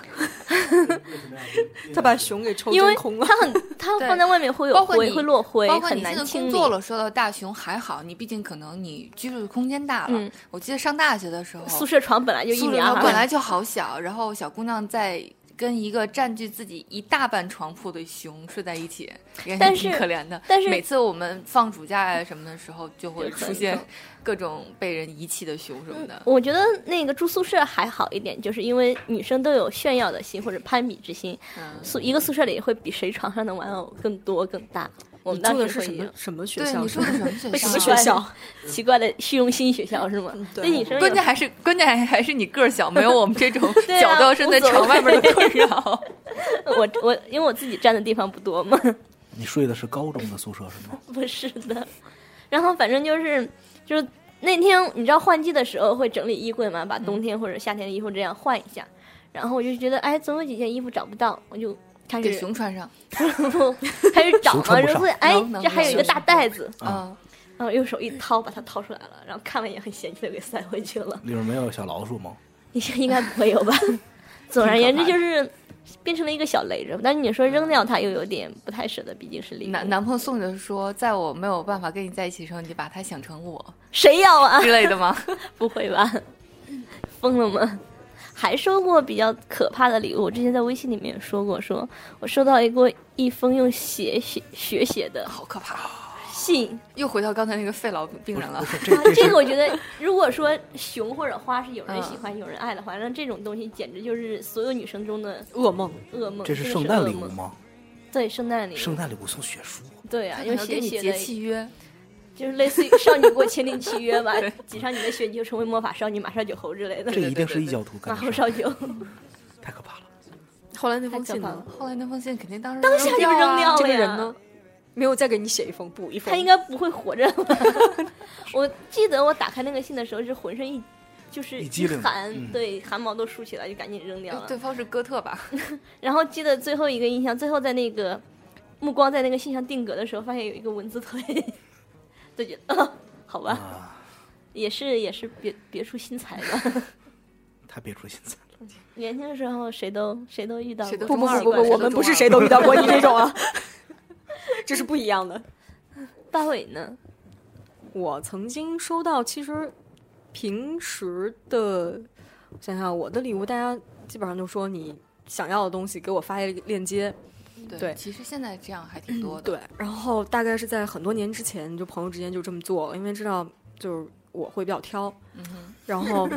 B: 他把熊给抽
C: 因为
B: 真空了。
C: 它很，它
D: 对
C: 放在外面会有
D: 包括
C: 灰，
D: 你
C: 会落灰，
D: 包括
C: 很
D: 你现
C: 难
D: 在
C: 清
D: 工
C: 理。
D: 作了，说到大熊还好，你毕竟可能你居住的空间大了。
C: 嗯
D: 我记得上大学的时候，
C: 宿舍床本来就一
D: 宿
C: 米
D: 舍
C: 二，
D: 本来就好小，然后小姑娘在跟一个占据自己一大半床铺的熊睡在一起，也
C: 但
D: 挺
C: 是
D: 可怜的。
C: 但是
D: 每次我们放暑假呀什么的时候，就会
C: 就很
D: 出现
C: 疼 嗯
D: 各种被人遗弃的熊什么的。
C: 我觉得那个住宿舍还好一点，就是因为女生都有炫耀的心或者攀比之心，
D: 嗯，
C: 宿一个宿舍里会比谁床上的玩偶更多更大。我
B: 你
C: 们
B: 住
C: 当
B: 的
C: 时
B: 是什
C: 会
B: 么
C: 有
B: 什么学
D: 对，
B: 校
D: 你
B: 是
D: 说
B: 吗？
D: 的什么学校啊？
C: 为
B: 什么学校？
C: 奇怪的虚荣心学校是吗
B: 嗯？对
C: 对女生有
D: 关键还是关键还还是你个儿小，没有我们这种
C: 对啊
D: 脚都要伸在床外面的困 扰。
C: 我我因为我自己占的地方不多嘛，
E: 你睡的是高中的宿舍是吗？
C: 不是的。然后反正就是就是那天你知道换季的时候会整理衣柜嘛，把
B: 嗯
C: 冬天或者夏天的衣服这样换一下。然后我就觉得哎，总有几件衣服找不到，我就开
D: 给
C: 始
D: 熊穿上，
C: 开 始找嘛，
E: 熊穿
C: 然后
E: 不上
C: 发现哎
D: 能能，
C: 这还有一个大袋子，
D: 嗯，
C: 然后用手一掏把它掏出来了，然后看了一眼很嫌弃的给塞回去了。
E: 里面没有小老鼠吗？
C: 你这应该不会有吧？ 总而言之就是变成了一个小累着，但是你说扔掉它又有点不太舍得，毕竟是礼物。
D: 男男朋友送你的说，在我没有办法跟你在一起的时候，你就把他想成我
C: 谁要啊？
D: 之类的吗？
C: 不会吧？疯了吗？还收过比较可怕的礼物，我之前在微信里面也说过，说我收到一过一封用血血血写的
D: 好可怕！啊
C: 信，
D: 又回到刚才那个肺痨病人了
E: 不。是这 这
C: 这
E: 是
C: 个我觉得，如果说熊或者花是有人
D: 嗯
C: 喜欢、有人爱的话，那这种东西简直就是所有女生中的
B: 噩 梦，
C: 噩梦。
E: 这是
C: 真的
E: 圣诞礼
C: 噩
E: 物
C: 梦？
E: 吗？
C: 对，圣诞礼物。
E: 圣诞礼物送血书，
C: 对啊，用
D: 他
C: 血
D: 给你
C: 写
D: 结
C: 的
D: 契约，
C: 就是类似于少女给我签订契约吧
D: 对，
C: 挤上你的血，你就成为魔法少女马少九猴之类的
E: 这。一定
D: 对对
E: 是异教徒
C: 马
E: 干
C: 猴
E: 的事儿，
C: 少九，
E: 太可怕了。
B: 后来那
C: 太
B: 封
C: 可
B: 信
C: 怕
B: 呢
C: 了？。
D: 后来那封信肯定当时
C: 当下就
D: 啊
C: 扔掉了
B: 这个
C: 呀
B: 人呢？没有再给你写一封补一封，
C: 他应该不会活着 吧。我记得我打开那个信的时候，是浑身一就是
E: 一激灵
C: 寒，
E: 嗯
C: 对，汗毛都竖起来，就赶紧扔掉了。
D: 对方是哥特吧？
C: 然后记得最后一个印象，最后在那个目光在那个信上定格的时候，发现有一个蚊子腿，就觉得、 啊好吧，
E: 啊，
C: 也是也是别别出心裁吧。
E: 太别出心裁了。
C: 年轻的时候谁都谁都遇到
D: 谁
C: 过，
D: 都
B: 不不
D: 中二
B: 不不
D: 怪谁
B: 不，
D: 都
B: 我们不
D: 中
B: 是
D: 二
B: 谁都遇到过你这种啊， 这是不一样的。
C: 大伟呢？
B: 我曾经收到，其实平时的想想我的礼物，大家基本上就说你想要的东西，给我发一个链接。
D: 对，
B: 对
D: 其实现在这样还挺多的。
B: 对，然后大概是在很多年之前，就朋友之间就这么做了，因为知道就是我会比较 挑，
D: 嗯哼，
B: 然后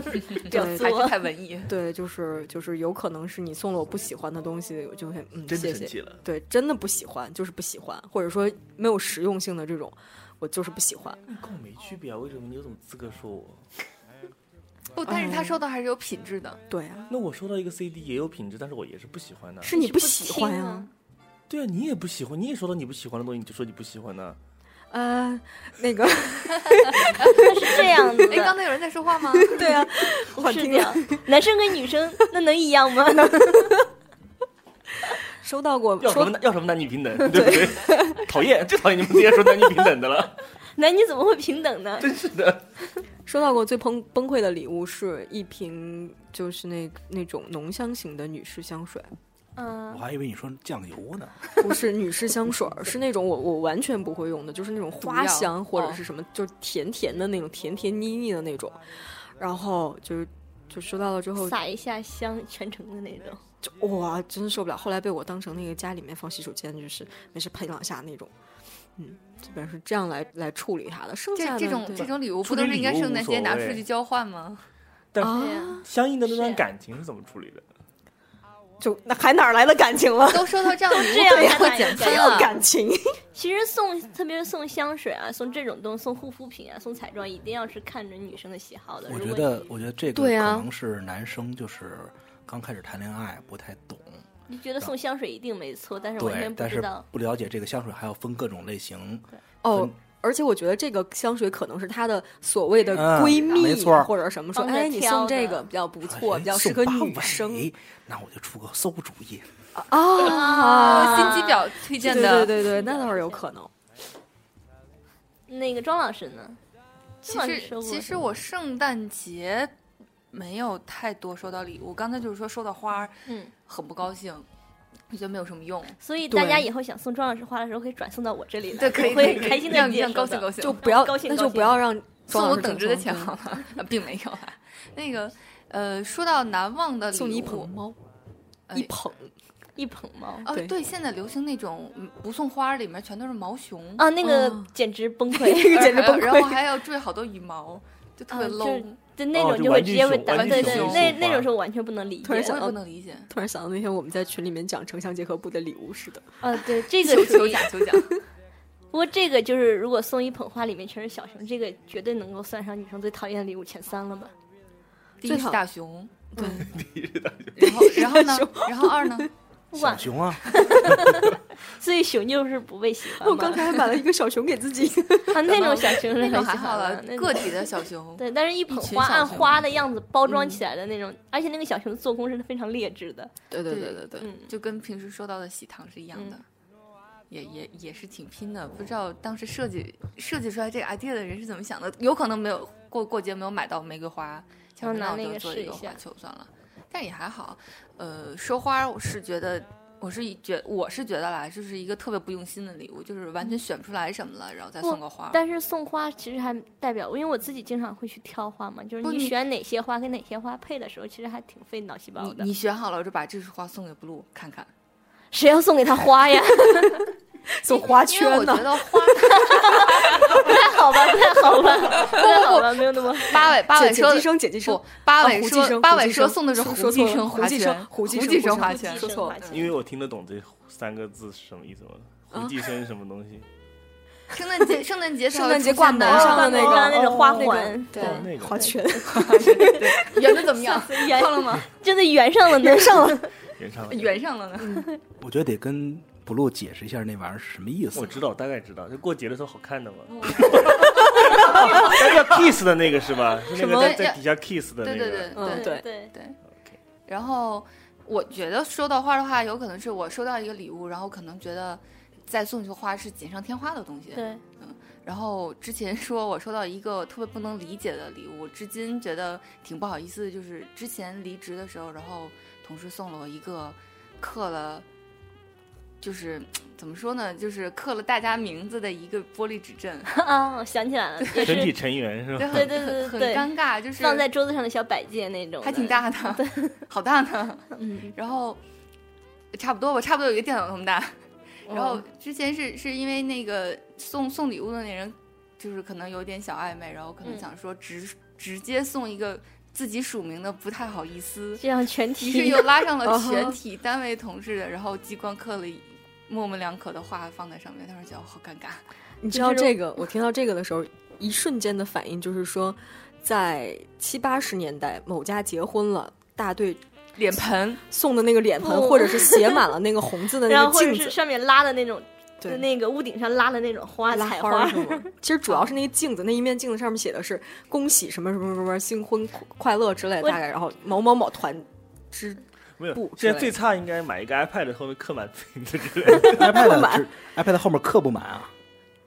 B: 对
D: 还是太文艺。
B: 对，就是就是有可能是你送了我不喜欢的东西，我就会嗯
F: 真
B: 谢
F: 生
B: 谢。
F: 气了。
B: 对，真的不喜欢就是不喜欢，或者说没有实用性的这种，我就是不喜欢。
F: 跟我没区别啊，为什么你有什么资格说我？
D: 不，但是他收到还是有品质的。
B: 对啊，
F: 那我收到一个 CD 也有品质，但是我也是不喜欢的。
B: 是你
C: 是
B: 不
C: 不
B: 喜欢
C: 听
B: 呀、
C: 啊
F: 对啊，你也不喜欢，你也收到你不喜欢的东西，你就说你不喜欢呢。
B: 呃，那个
C: 那啊是这样子
D: 哎，刚
C: 的，
D: 才有人在说话吗？
B: 对啊，我好
C: 是
B: 听
C: 这样。男生跟女生 那能一 样吗？
B: 收到过
F: 要什么
B: 说
F: 男要什么男女平等，对不对？讨厌，最讨厌你们直接说男女平等的了，
C: 男女怎么会平等呢？
F: 真是的。
B: 收到过最崩崩溃的礼物是一瓶就是那那种浓香型的女士香水，
E: 我
C: 嗯，
E: 还以为你说酱油呢。
B: 不是女士香水儿，是那种我我完全不会用的，就是那种花香哦或者是什么，就是甜甜的那种，甜甜腻腻的那种。然后就是就收到了之后，
C: 撒一下香，全程的那种。
B: 就哇，真受不了。后来被我当成那个家里面放洗手间，就是没事喷两下那种。嗯，基本上是这样来来处理它的。剩下
D: 这
B: 的
D: 这种
B: 对
D: 这种礼物
F: 处
D: 不
F: 理
D: 都是应该
F: 礼物
D: 圣诞
F: 无
D: 节拿
F: 所
D: 出
F: 谓
D: 去交换吗？
C: 对
B: 啊，
C: 呀，
F: 相应的那
C: 是
F: 段
C: 啊
F: 感情是怎么处理的？
B: 就那还哪儿来的感情了？
D: 都收到这样的礼物，
C: 这样才
D: 肯定会
C: 哪
D: 减
C: 有
D: 分
C: 感
D: 了
B: 有。感情，
C: 其实送，特别是送香水啊，送这种东西，送护肤品啊，送彩妆，一定要是看着女生的喜好的。
E: 我
C: 如
E: 觉
C: 果
E: 得
C: 你，
E: 我觉得这个可
B: 对啊
E: 能是男生就是刚开始谈恋爱不太懂，
C: 你觉得送香水一定没错，但是完
E: 对
C: 全，不
E: 但
C: 知
E: 是
C: 道。
E: 不了解这个香水还要分各种类型，
B: 哦
E: 很。
B: 而且我觉得这个香水可能是她的所谓的
E: 嗯
B: 闺蜜，
E: 没错
B: 或者什么说，
C: 帮着
B: 哎，你
C: 挑
B: 送
C: 的
B: 这个比较不错，
E: 哎
B: 比较
E: 送
B: 适合
E: 八
B: 女
E: 尾
B: 生
E: 那我就出个馊主意，
B: 啊
D: 哦心机婊推
B: 对
D: 荐
B: 对
D: 的，
B: 对对，那倒是有可能。
C: 那个庄老师呢？
D: 其实其实我圣诞节没有太多收到礼物，刚才就是说收到花儿
C: 嗯，
D: 很不高兴，我觉得没有什么用。
C: 所以
B: 对
C: 大家以后想送庄老师花的时候，可以转送到我这里来，
D: 对，可以
C: 我
D: 可以
C: 会
D: 可以
C: 开心的
D: 让让高兴高兴，
B: 就不要
C: 高，兴
B: 那
C: 高
B: 就
C: 兴
B: 不要让
D: 送
B: 庄
D: 我
B: 老师
D: 等值的
B: 挣
D: 钱
B: 对
D: 好了， 并没有啊。那个呃，说到难忘的礼物，
B: 送你一捧猫，
D: 哎
B: 一捧
C: 一捧猫
D: 哦，
B: 对
D: 对，现在流行那种嗯不送花儿，里面全都是毛熊，
C: 啊，那个
B: 哦
C: 简直崩
B: 这
C: 溃，
B: 个简直
D: 然后
B: 崩
D: 哦然后
B: 溃。
D: 还要缀好多羽毛，就特别
C: 啊
D: low，、
C: 就那
F: 哦
C: 种
F: 就
C: 就会
F: 玩具
C: 直接会
F: 熊
C: 打，
D: 玩具
C: 对对，
D: 熊
C: 那
F: 送花
C: 那种是我完全不能理
B: 突然
C: 解
B: 想。
D: 我也
B: 到
D: 不能理解。
B: 突然想到那天我们在群里面讲城乡结合部的礼物似的，
C: 啊，对，这个
D: 求
C: 属
D: 求
C: 于
D: 奖求奖，
C: 不过这个就是，如果送一捧花，里面全是小熊，这个绝对能够算上女生最讨厌的礼物前三了吧？
D: 第
B: 最
D: 一是
B: 好
D: 大熊，
B: 对，
D: 嗯 然后然后呢，然后 二呢，
C: 不
E: 小
C: 管，
E: 熊啊，
C: 所以熊就是不被喜欢
B: 我
C: 嘛
B: 刚才还买了一个小熊给自己，
C: 啊，那种小熊是 很
D: 那
C: 喜欢
D: 种还好了
C: 的，那，
D: 个
C: 种
D: 体的小熊，
C: 对，但是一捧
D: 群
C: 花
D: 小
C: 按
D: 熊
C: 花的样子包装起来的那种，而且那个小熊的做工是非常劣质的，
B: 对对对
D: 对嗯
B: 对对，
C: 嗯，
D: 就跟平时收到的喜糖是一样的。也也也是挺拼的，不知道当时设计设计出来这个 idea 的人是怎么想的，有可能没有过过节没有买到玫瑰花，想说
C: 拿
D: 我
C: 那
D: 就
C: 个
D: 做
C: 试
D: 一
C: 一
D: 嗯个花
C: 下
D: 球算了，但也还好。呃，收花我是觉得，我是一觉我是觉得啦，就是一个特别不用心的礼物，就是完全选不出来什么了，然后再
C: 不
D: 送个花。
C: 但是送花其实还代表，因为我自己经常会去挑花嘛，就是
D: 不
C: 你
D: 你
C: 选哪些花跟哪些花配的时候，其实还挺费脑细胞
D: 你
C: 的。
D: 你选好了就把这束花送给 blue 看看，
C: 谁要送给他花呀？
B: 送花
D: 因为
B: 圈
D: 我觉
B: 呢，
D: 得花
C: 不太好吧，不太好吧，不太好吧，没有那么。
D: 八尾八
B: 姐
D: 尾
B: 姐
D: 说
B: 寄生姐寄生
D: 不，，八
B: 啊
D: 尾
B: 胡
D: 说
B: 继生
D: 八
B: 胡
D: 尾
B: 继
D: 说
B: 生
D: 送的是
B: 说
D: 胡
B: 说
D: 继
B: 错了
D: 生
B: 胡
D: 花
B: 继
D: 圈
B: 生胡继
D: 胡
B: 生
D: 继
B: 胡
D: 生
B: 继
D: 花
B: 生
D: 圈
B: 说错了
F: 因为我听得懂这三个字是什么意思吗？胡寄生是什么东西？
D: 圣诞节，圣诞节才
B: 圣
D: 会
B: 诞节
D: 出
B: 挂
D: 现的
B: 门上
C: 的
B: 的
C: 那
B: 那
C: 个
B: 个
C: 那种花环
B: 对
F: 哦，那个
B: 花圈，
D: 圆的怎么样？
C: 圆
D: 胖了吗？
C: 真的圆上了呢，圆上 了。
F: 原唱。
D: 圆上了呢。
E: 我觉得得跟 blue 解释一下那玩意儿是什么意
F: 我
E: 思。
F: 知道，大概知道，就过节的时候好看的嘛。 要 kiss 的那个是吧？是那
B: 什
F: 个
B: 么
F: 在在底下 kiss 的那
D: 对
F: 个。
D: 对对
B: 嗯
D: 对
B: 对
C: 对，
D: 对。然后我觉得收到花的话，有可能是我收到一个礼物，然后可能觉得再送一束花是锦上添花的东西。
C: 对，
D: 然后之前说我收到一个特别不能理解的礼物，至今觉得挺不好意思的，就是之前离职的时候，然后同事送了我一个刻了就是怎么说呢，就是刻了大家名字的一个玻璃指阵，
C: 啊，我想起来了，也
F: 全体
C: 是
F: 成员是吧？
D: 对
C: 对对对
D: 很
C: 对
D: 尴尬，就是
C: 放在桌子上的小摆件那种的，
D: 还挺大的，好大呢。
C: 嗯，
D: 然后差不多吧，差不多有一个电脑那么大。
C: 嗯，
D: 然后之前是是因为那个送送礼物的那人，就是可能有点小暧昧，然后可能
C: 嗯
D: 想说直、直接送一个自己署名的，不太好意思。
C: 这样全
D: 于是
C: 体
D: 又拉上了全体单位同事的，然后机关刻了一模棱两可的话放在上面，当时觉得好尴尬。
B: 你知
C: 就
B: 道
C: 是
B: 这个，我听到这个的时候，一瞬间的反应就是说，在七八十年代某家结婚了，大队
D: 脸盆，
B: 送的那个脸盆，
C: 哦
B: 或者是写满了那个红 字的
C: 然
B: 那个
C: 后或者
B: 镜
C: 是
B: 子，
C: 上面拉的那种，就
B: 对，
C: 那个屋顶上拉的那种花
B: 拉
C: 彩
B: 啊花
C: 花
B: 儿，是吗？ 其实主要是那个镜子，那一面镜子上面写的是“恭喜什么什么什么新婚快乐”之类
C: 我
B: 的，大概然后某某某团支
F: 没有
B: 不，
F: 现
B: 之
F: 在
B: 类
F: 最
B: 的
F: 差应该买一个 iPad 后面刻满名字之类 的。
B: 不
E: iPad
B: 满
E: 只 iPad 后面刻不满啊，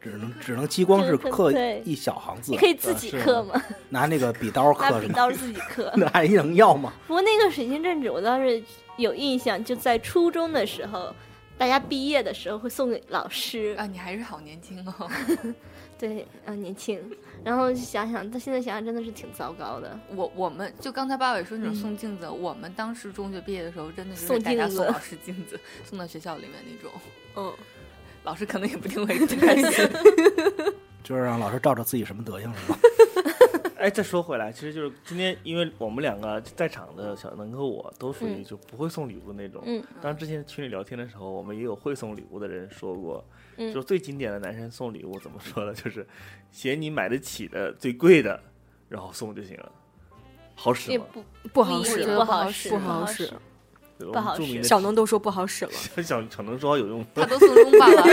E: 只能只能激光是
C: 对
E: 刻
C: 对
E: 一小行 字
C: 你，可以自己
F: 是
C: 刻嘛，
E: 拿那个笔刀
C: 拿
E: 啊刻是
C: 笔
E: 吗？
C: 刀自己刻。
E: 那 还能要吗？
C: 不过那个水晶镇纸，我倒是有印象，就在初中的时候，大家毕业的时候会送给老师。
D: 啊，你还是好年轻哦！
C: 对，啊，年轻。然后想想，他现在想想真的是挺糟糕的。
D: 我我们就刚才八尾说那种送镜子，我们当时中学毕业的时候，真的就是
C: 送
D: 大家
C: 镜子
D: 送老师镜子，送到学校里面那种，
B: 嗯，
D: 老师可能也不定会开心。
E: 就是让老师照着自己什么德行是吗？
F: 哎，再说回来，其实就是今天，因为我们两个在场的小能和我都属于
C: 嗯
F: 就不会送礼物那种。
C: 嗯
F: 当然之前群里聊天的时候，我们也有会送礼物的人说过，
C: 嗯
F: 就最经典的男生送礼物怎么说呢？ 就是嫌你买得起的最贵的，然后送就行了，好使
C: 也
F: 吗？
C: 不
B: 不
C: 不
B: 好
C: 一
D: 我
B: 使
C: 定
D: 觉，得
C: 不
D: 不好
C: 好
D: 使
C: 使，
B: 不
C: 好
B: 好使。。
F: 对
C: 不
F: 我们
C: 好
F: 著
C: 使
F: 名的
B: 小能都说不好使了，
F: 小小小能说有用，
D: 他都送中霸了，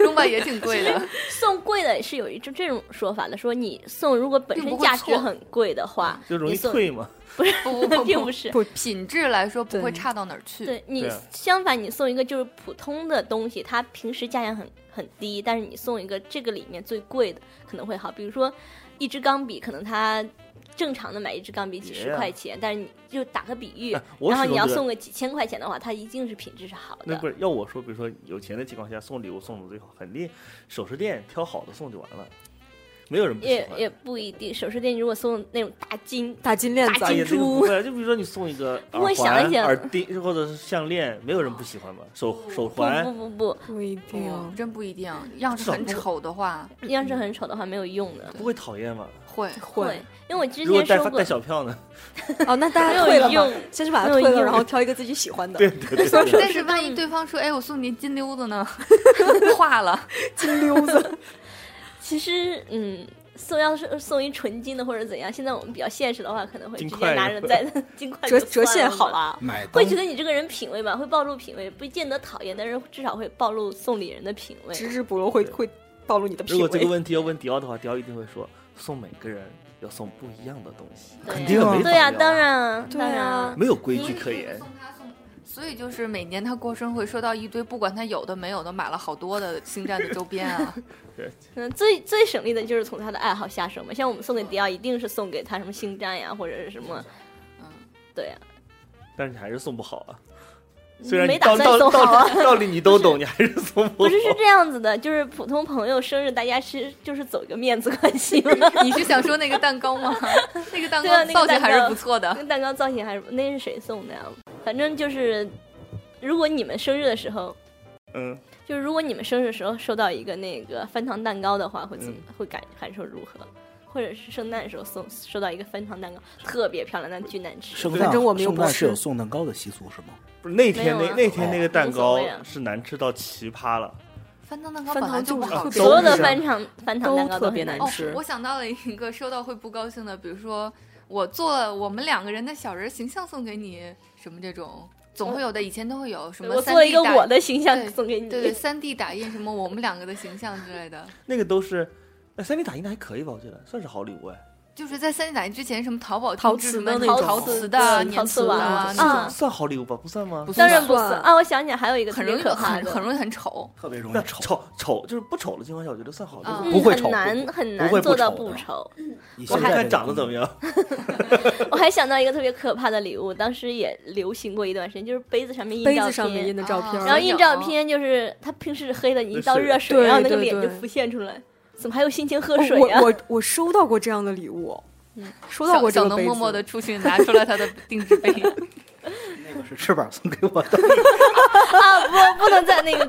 D: 中霸也挺贵的，
C: 送贵的是有一种这种说法的，说你送如果本
D: 并
C: 身
D: 不会
C: 价值
D: 错
C: 很贵的话，
F: 就容易
C: 你送
F: 退嘛。
D: 不不
C: 并不
D: 不不，
C: 是。
B: 不
D: 品质来说不会
B: 对
D: 差到哪儿去。
C: 对你
F: 对啊
C: 相反，你送一个就是普通的东西，它平时价钱很很低，但是你送一个这个里面最贵的可能会好。比如说一支钢笔，可能它正常的买一支钢笔几
F: 别
C: 十
F: 啊
C: 块钱，但是你就打个比喻，
F: 哎我
C: 然后
F: 始
C: 你
F: 终
C: 要
F: 觉得
C: 送个几千块钱的话，它一定是品质是好
F: 那
C: 的
F: 不。是要我说，比如说有钱的情况下送礼物送的最好，肯定首饰店挑好的送就完了，没有人不喜
C: 也
F: 欢。
C: 也不一定，首饰店如果送那种大金，
B: 大金链子
C: 大
B: 啊
F: 哎
C: 金
F: 呀，这个
C: 珠
F: 不会啊，就比如说你送一个
C: 不
F: 耳
C: 会想
F: 环、
C: 一想
F: 耳钉或者是项链，没有人不喜欢吧？手手
C: 不不
F: 环，
C: 不不，
B: 不一定
D: 不，嗯真不一定。要是很丑的话，
C: 要是很丑的话没有用的。
F: 不会讨厌吧？
D: 会
B: 会，
C: 因为我之
F: 如果
C: 前
F: 带
C: 说过
F: 带，小票呢？
B: 哦，那大
C: 没
B: 家
C: 有
B: 退了吧
C: 用，
B: 先去把它
C: 没有
B: 退了，
C: 用
B: 然后挑一个自己喜欢的。
F: 对对对 对，
D: 但是万一对方说：“哎，我送你金溜子呢， 化了。
C: 其实嗯。送要是送一纯金的或者怎样，现在我们比较现实的话，可能会直
F: 金
C: 接
F: 块嗯
C: 拿着在 金块
B: 折
C: 就
B: 折
C: 算
B: 现
C: 了
B: 好
C: 吧
B: 了，
E: 买当
C: 会觉得你这个人品味吧，会暴露品味，不见得讨厌，但是至少会暴露送礼人的品味。
B: 置之不漏会会暴露你的品
F: 如果这个
B: 味。
F: 问题要问迪奥的话，迪奥一定会说送每个人要送不一样的东西，
C: 对
E: 肯
C: 呀
E: 定
C: 对
E: 啊
C: 呀、
F: 没法聊啊
C: 当然啊，
B: 对
C: 当然
B: 啊
C: 啊，
F: 没有规矩可言。
D: 所以就是每年他过生日会收到一堆，不管他有的没有的，买了好多的星战的周边啊。
C: 嗯，最最省力的就是从他的爱好下手嘛。像我们送给迪奥，一定是送给他什么星战呀，或者是什么，
D: 嗯，
C: 对呀、
F: 但是你还是送不好啊。虽然你
C: 没打
F: 道
C: 算
F: 道
C: 送好啊
F: 道理道理你都懂，你还是送不
C: 不
F: 好
C: 是。是这样子的，就是普通朋友生日，大家是就是走一个面子关系嘛。
D: 你是想说那个蛋糕吗？那个蛋
C: 对啊
D: 糕
C: 那个
D: 造型还
C: 蛋
D: 是
C: 糕
D: 不错的。
C: 那蛋糕造型还是那是谁送的呀？反正就是，如果你们生日的时候，
F: 嗯，
C: 就是如果你们生日的时候收到一个那个翻糖蛋糕的话，会怎么、
B: 嗯
C: 会感感受如何？或者是圣诞的时候送收到一个翻糖蛋糕，特别漂亮，但巨难吃。
E: 圣诞
B: 反正我们又
E: 圣
B: 不
E: 诞是有
B: 吃
E: 送蛋糕的习俗是吗？
F: 不是那天
C: 没
F: 那
C: 有啊
F: 那天那个蛋
C: 无所
F: 糕
C: 谓啊
F: 是难吃到奇葩了，
D: 翻糖蛋糕
B: 翻
D: 本来
B: 糖
D: 就
B: 就
D: 不
B: 是
D: 好
B: 特
D: 吃
B: 别。
C: 所有的
B: 都是
C: 翻糖翻糖蛋糕
B: 都特
C: 很
B: 别
C: 难
B: 难
D: 哦
B: 吃是，
D: 我想到了一个收到会不高兴的，比如说我做了我们两个人的小人形象送给你，什么这种总会有的，以前都会有什么
C: 我
D: 三
C: 做
D: D
C: 一个
D: 打
C: 我的形象
D: 对
C: 送给你，
D: 对对三 D 打印什么我们两个的形象之类的，
F: 那个都是。那三 D 打印的还可以吧，我觉得算是好礼物哎。
D: 就是在三 D 打印之前，什么陶宝
B: 陶
D: 定制
B: 瓷
D: 什么
B: 的那
D: 陶
B: 种
D: 陶瓷的、
C: 陶
D: 粘
C: 瓷
D: 的
C: 碗
D: 啊
B: 那
D: 那
C: 啊
D: 种，，
F: 算好礼物吧？不算吗？
D: 不
C: 当
D: 算
C: 然
D: 吧
C: 不是
B: 算
C: 啊！我想起来还有一个特
D: 很
C: 别
D: 容易
C: 可怕
D: 很
C: 的，
D: 很容易很丑。
E: 特别容
F: 那
E: 易丑，
F: 丑丑就是不丑的情况下，我觉得算好礼物。
D: 嗯
C: 嗯
E: 不会
C: 很
E: 丑
C: 难很
E: 不会
C: 难
E: 不
C: 做到
E: 丑
C: 不
E: 的
C: 丑。
E: 你
F: 我
E: 现
F: 看
E: 在
F: 看长得怎么？样？
C: 我还想到一个特别可怕的礼物，当时也流行过一段时间，就是杯子上面印
B: 杯
C: 照
B: 子上面
C: 片
B: 印的照片哦
D: 啊
B: 儿，
C: 然后印
D: 有
C: 照片就是他平时是黑的，你一倒
F: 是
C: 热水，
B: 对
C: 然后那个
B: 对
C: 脸就
B: 对
C: 浮现出来。怎么还有心情喝
B: 哦
C: 水啊
B: 我？我我收到过这样的礼物，嗯，收到
D: 小
B: 过这
D: 小
B: 个
D: 能
B: 杯
D: 默默
B: 子
D: 的。出去拿出了他的定制杯，
E: 那个是翅膀送给 我的，
C: 啊， 不，不能在那个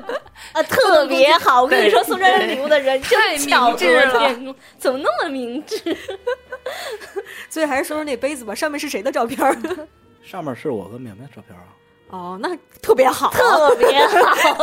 C: 啊，特别好。我跟你说，送这份礼物的人真
D: 太
C: 巧
D: 明智
C: 合，
D: 了
C: 天怎么那么明智？
B: 所以还是说说那杯子吧，上面是谁的照片儿？
E: 上面是我跟淼淼照片啊。
B: 哦，那特别好，
C: 特别好，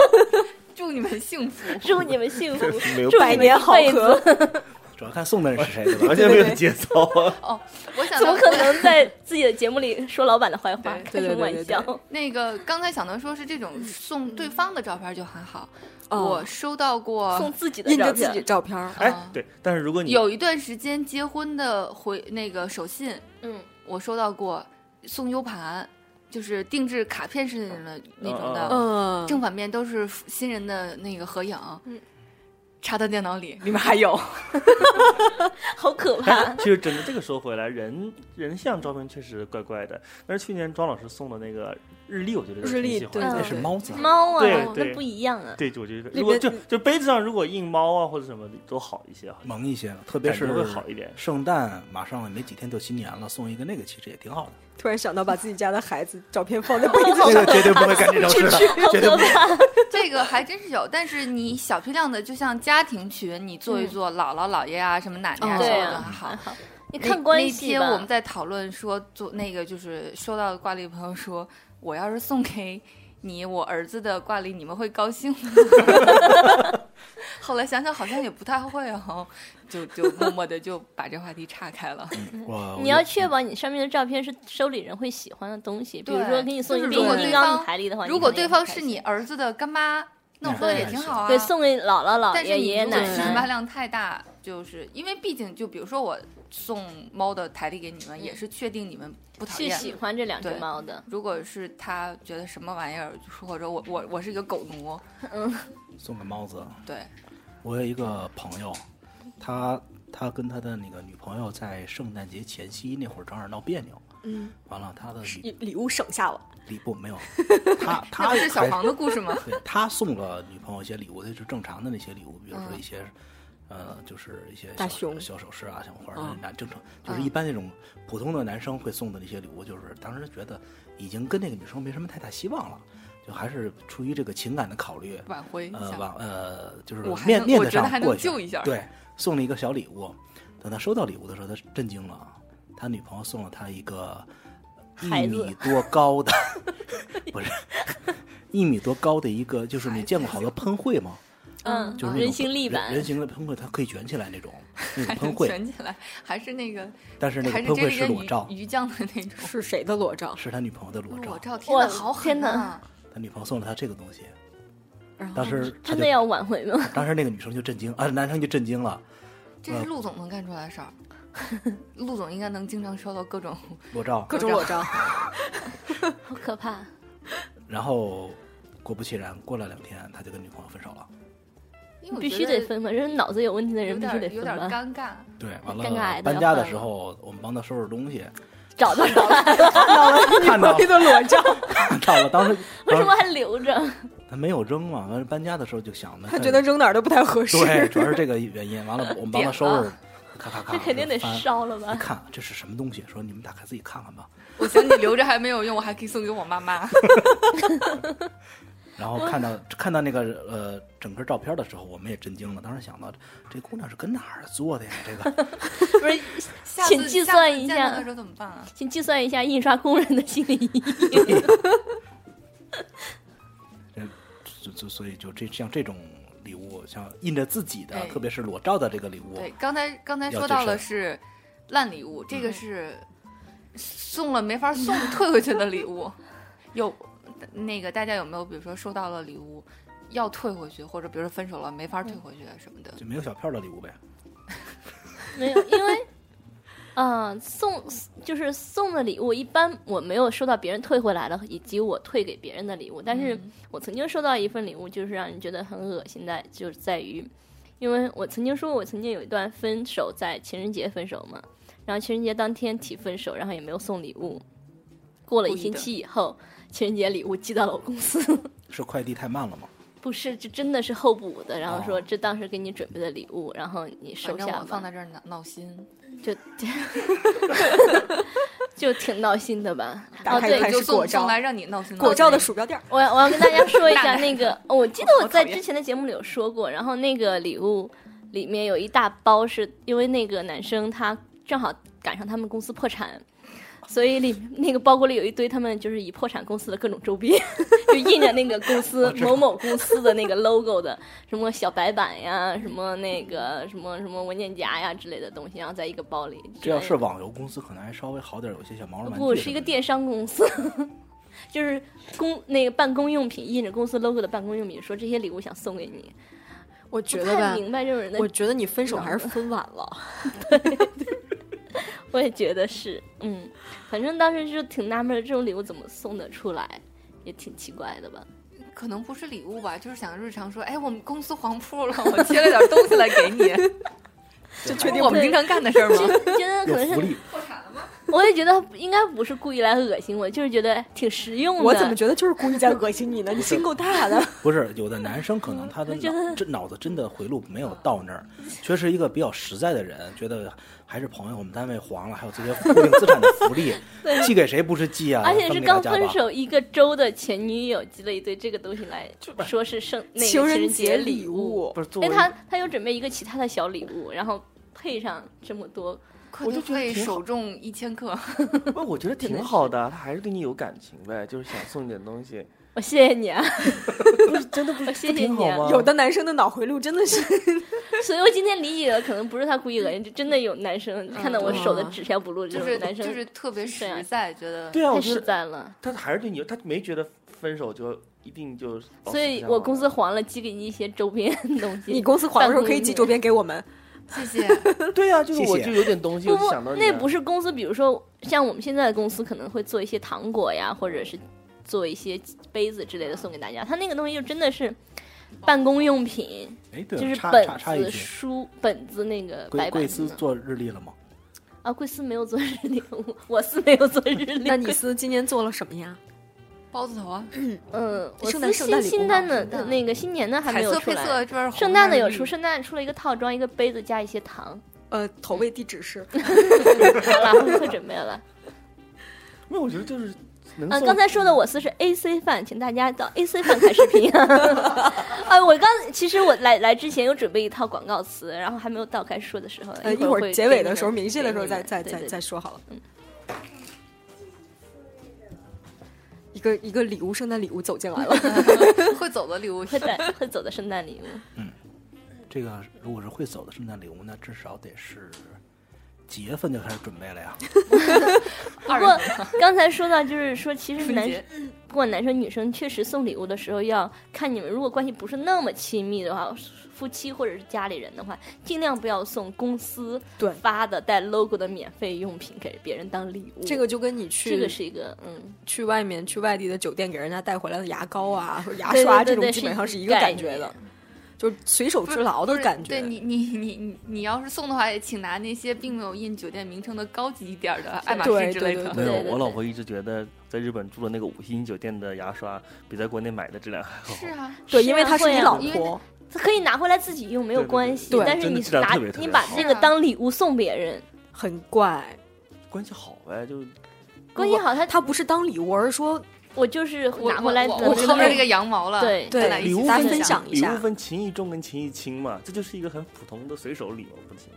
D: 祝你们幸福。
C: 祝你们 幸福，
F: 没有
C: 祝
B: 百
C: 你们
B: 年
C: 一
B: 好
C: 辈
B: 合
C: 子。
E: 主要看送的人是谁， 对吧？
F: 完全没有节操啊！
D: 哦，我想
C: 怎
D: 到
C: 么可能在自己的节目里说老板的坏话？
D: 对
C: 开什么玩
B: 对对对对
C: 笑？
D: 那个刚才小能说是这种送对方的照片就还好，
B: 哦
D: 我收到过
C: 嗯送自己的
B: 印
C: 照
B: 着自己
C: 片，
B: 照片儿。
F: 哎，对，但是如果你
D: 有一段时间结婚的回那个手信，
C: 嗯，
D: 我收到过送 U 盘，就是定制卡片式的那种那种的，
F: 嗯
B: 嗯，
D: 正反面都是新人的那个合影，
C: 嗯
D: 插到电脑里。
B: 里面还有，
C: 好可怕
F: 哎。其实真的，这个说回来，人人像照片确实怪怪的。但是去年庄老师送的那个日历，我觉得
B: 日历
F: 挺喜
B: 对
F: 欢的
E: 那
C: 对
E: 是猫子 啊，
C: 猫啊
F: 对，
C: 那
F: 对
C: 不一 样啊。
F: 对，我觉得
B: 里
F: 如果
B: 边
F: 就就杯子上如果印猫啊或者什么的都好一些，好像
E: 萌一些，特别
F: 感觉
E: 是
F: 会好一点。
E: 圣诞马上了，没几天就新年了，送一个那个其实也挺好的。
B: 突然想到把自己家的孩子照片放在杯子
E: 这
B: 上，
E: 个绝对不会干这种事的，绝对不会。
D: 这个还真是有，但是你小批量的，就像家庭群，你做一做姥姥姥爷啊，什么奶奶啊，
B: 哦
C: 嗯
D: 什
C: 对
D: 么的
C: 啊
D: 还好。
C: 好， 你
D: 那
C: 看关
D: 那
C: 系
D: 天
C: 吧。
D: 我们在讨论说，做那个就是收到挂历朋友说，我要是送给你我儿子的挂历，你们会高兴吗？ 后来想想好像也不太会哦，就就默默的就把这话题岔开 了。
E: 我
C: 你要确保你上面的照片是收礼人会喜欢的东西，比如
D: 对
C: 说给你送一
D: 就是
C: 个
D: 如
B: 果
C: 变形金
D: 对
C: 刚
D: 方
C: 的台历的话，
D: 如
C: 你
D: 果
C: 可能也
D: 对
C: 会
D: 方
C: 开
D: 是
C: 心
D: 你儿子的干妈，那我
E: 那
D: 说也
E: 还
D: 挺
E: 行
D: 好啊。
C: 对送给姥姥姥
D: 但是
C: 爷
D: 你
C: 爷爷
D: 如果
C: 奶
D: 群发
C: 奶，
D: 量太大，就是因为毕竟就比如说我送猫的台历给你们，也是确定你们不讨
C: 去
D: 厌。
C: 喜欢这两只
D: 对
C: 猫的。
D: 如果是他觉得什么玩意儿，就是或者我我我是一个狗奴，
E: 送个猫子。
D: 对，
E: 我有一个朋友，他他跟他的那个女朋友在圣诞节前夕那会儿正好闹别扭，
B: 嗯，
E: 完了他的
B: 礼
E: 礼
B: 礼物省下了，
E: 礼 不没有，他
D: 那
E: 他
D: 不是小
E: 还
D: 黄的故事吗？
E: 对他送了女朋友一些礼物，那是正常的那些礼物，比如说一些，呃，就是一些
B: 嗯大
E: 小
B: 熊
E: 小首饰啊，像或者
B: 嗯
E: 男正常，就是一般那种普通的男生会送的那些礼物，就是当时觉得已经跟那个女生没什么太大希望了，就还是出于这个情感的考虑，
D: 挽回一
E: 呃，
D: 下，
E: 往呃就是
D: 哎我还
E: 面
D: 能
E: 面
D: 我
E: 子
D: 觉得还
E: 上
D: 能
E: 过去，
D: 救一下
E: 对，送了一个小礼物。等他收到礼物的时候，他震惊了啊，他女朋友送了他一个
C: 孩
E: 一
C: 子
E: 米多高的， 不是一米多高的一个，就是你见过好多喷绘吗？
C: 嗯，
E: 就是
D: 啊
E: 那种
C: 人形立
E: 人
C: 板
E: 人，形的喷绘，它可以卷起来 那种那种
D: 还
E: 喷
D: 能
E: 绘，
D: 卷起来，还是那个，
E: 但是那
D: 还
E: 个
D: 是
E: 喷
D: 这
E: 绘
D: 里
E: 是
D: 跟
E: 裸照，
D: 鱼鱼酱的那种
B: 是谁的裸照？
E: 是他女朋友的裸
D: 裸照，
E: 照。
D: 天哪，
C: 哇
D: 好狠
C: 天哪
D: 呐！
E: 他女朋友送了他这个东西，
B: 然后
E: 当时他
C: 真
E: 就
C: 的要挽回 吗？
E: 当时那个女生就震惊啊，男生就震惊了，
D: 这是陆总能干出来 的事儿，陆总应该能经常收到各种
E: 裸照。
B: 各种裸照，
C: 好可怕！
E: 然后果不其然，过了两天他就跟女朋友分手了。
D: 因为我
C: 必
D: 觉
C: 须得
D: 得
C: 分吧，这是脑子有问题的
D: 有
C: 人必须得
D: 点有
C: 分
D: 点
C: 吧。
D: 尴尬。
E: 对，完
C: 尴尬
E: 了
C: 的
E: 搬家的
C: 换
E: 时
C: 了
E: 候，我们帮他收拾东 西，
C: 找到找到，哎
E: 看到
B: 一个裸照，
E: 看到了，当时
C: 为什么
E: 当时
C: 还留着？
E: 他没有扔嘛？完了搬家的时候就想着
B: 他 觉得扔哪儿都不太合适。
E: 对，主要是这个原因。完了，我们帮他 收
C: 点
E: 拾，咔咔咔，
C: 这肯定得
E: 翻。
C: 烧了
E: 一
C: 吧？
E: 看这是什么东西，说你们打开自己看看吧。
D: 我想你留着还没有用，我还可以送给我妈妈。
E: 然后看到看到那个呃整个照片的时候，我们也震惊了。当时想到这姑娘是跟哪儿做的呀？这个
C: 不是，
D: 下
C: 请
D: 次
C: 计
D: 下
C: 算
D: 次
C: 一
D: 见
C: 下
D: 到的时候怎么办啊？
C: 请计算一下印刷工人的心理 阴影。
E: 就就呃所以就这像这种礼物，像印着自己的，
D: 对
E: 特别是裸照的这个礼物
D: 对，，刚才刚才
E: 要
D: 说
E: 谨
D: 到了
E: 慎
D: 是烂礼物，这个是送了没法送退回去的礼物。有那个大家有没有，比如说收到了礼物要退回去，或者比如说分手了啊没法退回去什么的？
E: 就没有小票的礼物呗。
C: 没有，因为呃，送就是送的礼物，一般我没有收到别人退回来的，以及我退给别人的礼物。但是我曾经收到一份礼物，就是让人觉得很恶心的，就是在于，因为我曾经说过，我曾经有一段分手在情人节分手嘛，然后情人节当天提分手，然后也没有送礼物。过了一
D: 故意
C: 星
D: 的
C: 期以后，情人节礼物寄到了我公司，
E: 是快递太慢了吗？
C: 不是，这真的是候补的。然后说
E: 哦
C: 这当时给你准备的礼物，然后你收
D: 反正
C: 下
D: 我
C: 吧。
D: 放在这儿闹闹心，
C: 就就挺闹心的吧。
B: 打
C: 哦，
B: 开
C: 对
B: 开，
D: 就
B: 始
D: 送
B: 果照
D: 送来让你闹心。
B: 果照的鼠标垫儿，
C: 我要我要跟大家说一下那个，哦我记得我在
D: 好讨厌
C: 之前的节目里有说过，然后那个礼物里面有一大包，是因为那个男生他正好赶上他们公司破产。所以里那个包裹里有一堆他们就是以破产公司的各种周边， 就印着那个公司某某公司的那个 logo 的什么小白板呀，什么那个什么什么文件夹呀之类的东西，然后在一个包里。
E: 这要是网游公司，可能还稍微好点，有些小毛绒玩具什么
C: 不
E: 的。
C: 是一个电商公司， 就是公那个办公用品，印着公司 logo 的办公用品，说这些礼物想送给你。
B: 我
C: 不
B: 觉得
C: 太
B: 吧，
C: 明白这种人的啊
B: 我，觉得你分手还是分晚了。
C: 我也觉得是，嗯，反正当时就挺纳闷儿，这种礼物怎么送得出来，也挺奇怪的吧。
D: 可能不是礼物吧，就是想日常说，哎，我们公司黄铺了，我贴了点东西来给你，
B: 这确定
D: 我们
C: 对
D: 经常干的事儿吗？
C: 觉得可能
E: 有福
C: 是，
E: 利，
C: 我也觉得应该不是故意来恶心我，就是觉得挺实用的。
B: 我怎么觉得就是故意在恶心你呢？你心够大 的。
E: 不是有的男生可能他的脑这脑子真的回路没有到那儿，确实一个比较实在的人，觉得还是朋友，我们单位黄了，还有这些固定资产的 福利，寄给谁不是寄啊？
C: 而且是
E: 分给
C: 刚
E: 大家
C: 分
E: 吧。
C: 手一个周的前女友寄了一堆这个东西来，说是圣那个情
B: 人
C: 节
B: 礼
C: 物，
F: 不是作为
C: 但哎他他又准备一个其他的小礼物，然后配上这么多，
D: 快递费首重一千克，
F: 不，我觉得挺好的啊，他还是对你有感情呗，就是想送你点 东西，
C: 我谢谢你啊，
F: 不是真的不
C: 我
F: 是
C: 谢谢
F: 挺
C: 你
F: 好
C: 啊。
F: 吗？
B: 有的男生的脑回路真的 是，
C: 所以我今天理解了，可能不是他故意恶心，就真的有男
F: 嗯
C: 生看到我手
F: 啊
C: 的纸条不露，这
D: 就
C: 种
D: 是
C: 男生
D: 就是特别
C: 这样
D: 实在，觉得
F: 对啊，
C: 太
F: 我觉
C: 实
F: 得
C: 在了。
F: 他还是对你有，他没觉得分手就一定就。保持
C: 所以
F: 哦这样啊
C: 我
F: 吧
C: 公司黄了，寄给你一些周边东西。
B: 你公司黄的时候可以寄周边给我们。
D: 谢谢。
F: 呃对呀，就是
E: 谢
F: 我
E: 谢
F: 就有点东西，
C: 不
F: 我
C: 不
F: 就想到，你
C: 那
F: 啊
C: 不是公司，比如说像我们现在的公司可能会做一些糖果呀，或者是做一些杯子之类的送给大家。他那个东西就真的是办公用品，
E: 哎，对
C: 就
E: 了，
C: 是
E: 插
C: 本
E: 插插一
C: 子、
E: 句，
C: 书本子那个白
E: 贵
C: 板
E: 贵
C: 子
E: 司
C: 呢。
E: 做日历了吗？
C: 啊，贵司没有做日历，我我司没有做日历。
B: 那你司今年做了什么呀？
D: 包子头啊，
C: 嗯，我
B: 圣
C: 司
B: 诞圣诞
C: 新
B: 礼物
C: 新
B: 嘛
C: 单的
D: 圣诞
C: 那个新年的还没
D: 彩
C: 有
D: 色
C: 出
D: 配
C: 来。
D: 色这边红
C: 圣诞的
D: 还是
C: 有
D: 绿
C: 出，圣诞出了一个套装，一个杯子加一些糖。
B: 呃，投喂地址是
C: 好了，会会准备 了。
F: 没有，我觉得就是能
C: 嗯，
F: 送
C: 刚才说的我司是 A C 饭，请大家到 A C 饭看视频。 哎，我刚其实我来来之前有准备一套广告词，然后还没有到该说的时候。
B: 呃，一
C: 会
B: 会
C: 会
B: 儿结尾的时候，
C: 给你们
B: 明细的时候再
C: 给你
B: 再
C: 们
B: 再
C: 对
B: 再
C: 对嗯
B: 说好了。一个一个礼物，圣诞礼物走进来了。
C: 嗯
D: 会走的礼物
C: 对会带会走的圣诞礼物。
E: 这个如果是会走的圣诞礼物，那至少得是几月份就开始准备了呀？
C: 不过 刚才说到，就是说，其实
D: 春
C: 男
D: 节
C: 不管男生女生，确实送礼物的时候要看你们，如果关系不是那么亲密的话，夫妻或者是家里人的话，尽量不要送公司
B: 对
C: 发的带 logo 的免费用品给别人当礼 物。
B: 这个就跟你去
C: 这个是一个嗯，
B: 去外面去外地的酒店给人家带回来的牙膏啊或者牙
C: 对对
B: 刷
C: 对
B: 这种，
C: 对
B: 基
C: 是
B: 本
C: 一
B: 上
C: 个
B: 是一个
C: 概
B: 感觉
C: 念
B: 的，就是随手
D: 不
B: 之
D: 是
B: 劳
D: 不
B: 的
D: 是
B: 感
D: 对
B: 觉。
D: 你，你你你你要是送的话，也请拿那些并没有印酒店名称的高级一点儿的爱马
B: 对
D: 仕之类
B: 对对
D: 的。
F: 没有
C: 对，对
F: 我老
C: 对
F: 婆一直觉得在日本住的那个五星级酒店的牙刷比在国内买的质量还好。
D: 是啊，
B: 对，
C: 是
B: 因为
C: 啊
B: 她是
C: 会
B: 你
C: 啊
B: 老
D: 因为
B: 婆，
C: 可以拿回来自己用没有
F: 对对对
C: 关系，
B: 对
C: 但是
F: 真的
C: 你
F: 质量
C: 拿
F: 特别特别
C: 你把
F: 好
C: 这个
D: 是啊
C: 当礼物送别人，
B: 很怪。
F: 关系好呗，就
C: 关系好他
B: 她不是当礼物，而是说
C: 我就是
D: 我
C: 拿回来
D: 我
C: 的
D: 我
C: 那
D: 薅着
C: 个
D: 这个羊毛了，
C: 对
B: 对
D: 咱俩一
F: 礼
D: 起
F: 物
B: 大家
F: 分
B: 分享一
F: 礼
B: 下
F: 物分情谊重跟情谊轻嘛，这就是一个很普通的随手礼嘛，不行。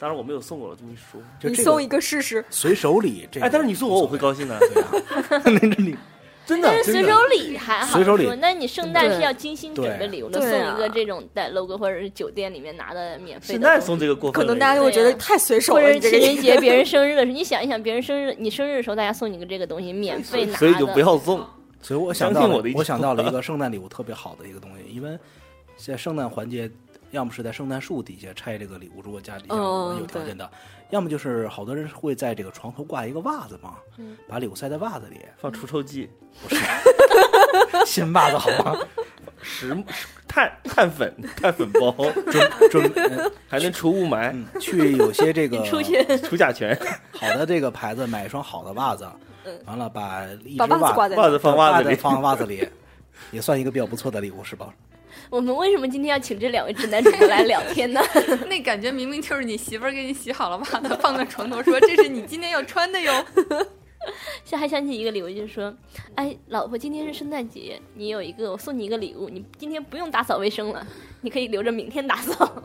F: 当然我没有送过，我这么一说。
E: 就
B: 你
E: 这
B: 送
E: 个
B: 一个试试，
E: 随手礼，这个
F: 哎，但是你送我，我会高兴 的。对真的
C: 但是，
F: 真
C: 随
F: 的
C: 手礼还好
E: 随手礼
C: 说，那你圣诞是
B: 对
C: 要精心准备礼物的，送
B: 对啊
C: 一个这种带 logo 或者是酒店里面拿的免费
F: 现
C: 的
F: 在
C: 东
F: 送
C: 西，
F: 这个过
B: 可
F: 分了
B: 能
F: 已经，
B: 大家就会觉得太随手
C: 啊或
B: 了。
C: 者是
B: 你这
C: 情
B: 个
C: 人节别人生日的时候，你想一想，别人生日你生日的时候，大家送你个这个东西，免费拿的，嗯
F: 所以就不要送。
E: 所以我想
F: 相
E: 到
F: 信
E: 了
F: 我的意思
E: 想到了一个圣诞礼物特别好的一个东西，因为现在圣诞环节，要么是在圣诞树底下拆这个礼物，如果家里要
B: 嗯嗯
E: 有条件的，要么就是好多人会在这个床头挂一个袜子嘛，把礼物塞在袜子里，
F: 放除臭剂、
E: 新袜子好吗？
F: 石木石碳碳粉、碳粉 包，
E: 准准、呃
F: 还能除雾霾、
E: 嗯，去有些这个
C: 出去
F: 除甲醛。
E: 好的这个牌子买一双好的袜子，完了把一只
B: 嗯把袜子挂在
F: 袜子放袜
E: 袜
F: 子里，
E: 放袜子里， 也算一个比较不错的礼物是吧？
C: 我们为什么今天要请这两位直男主播来聊 天呢？
D: 那感觉明明就是你媳妇儿给你洗好了袜子，放在床头说：“这是你今天要穿的哟。
C: 这还想起一个礼物，就是说，哎，老婆，今天是圣诞节，你有一个，我送你一个礼物，你今天不用打扫卫生了，你可以留着明天打扫。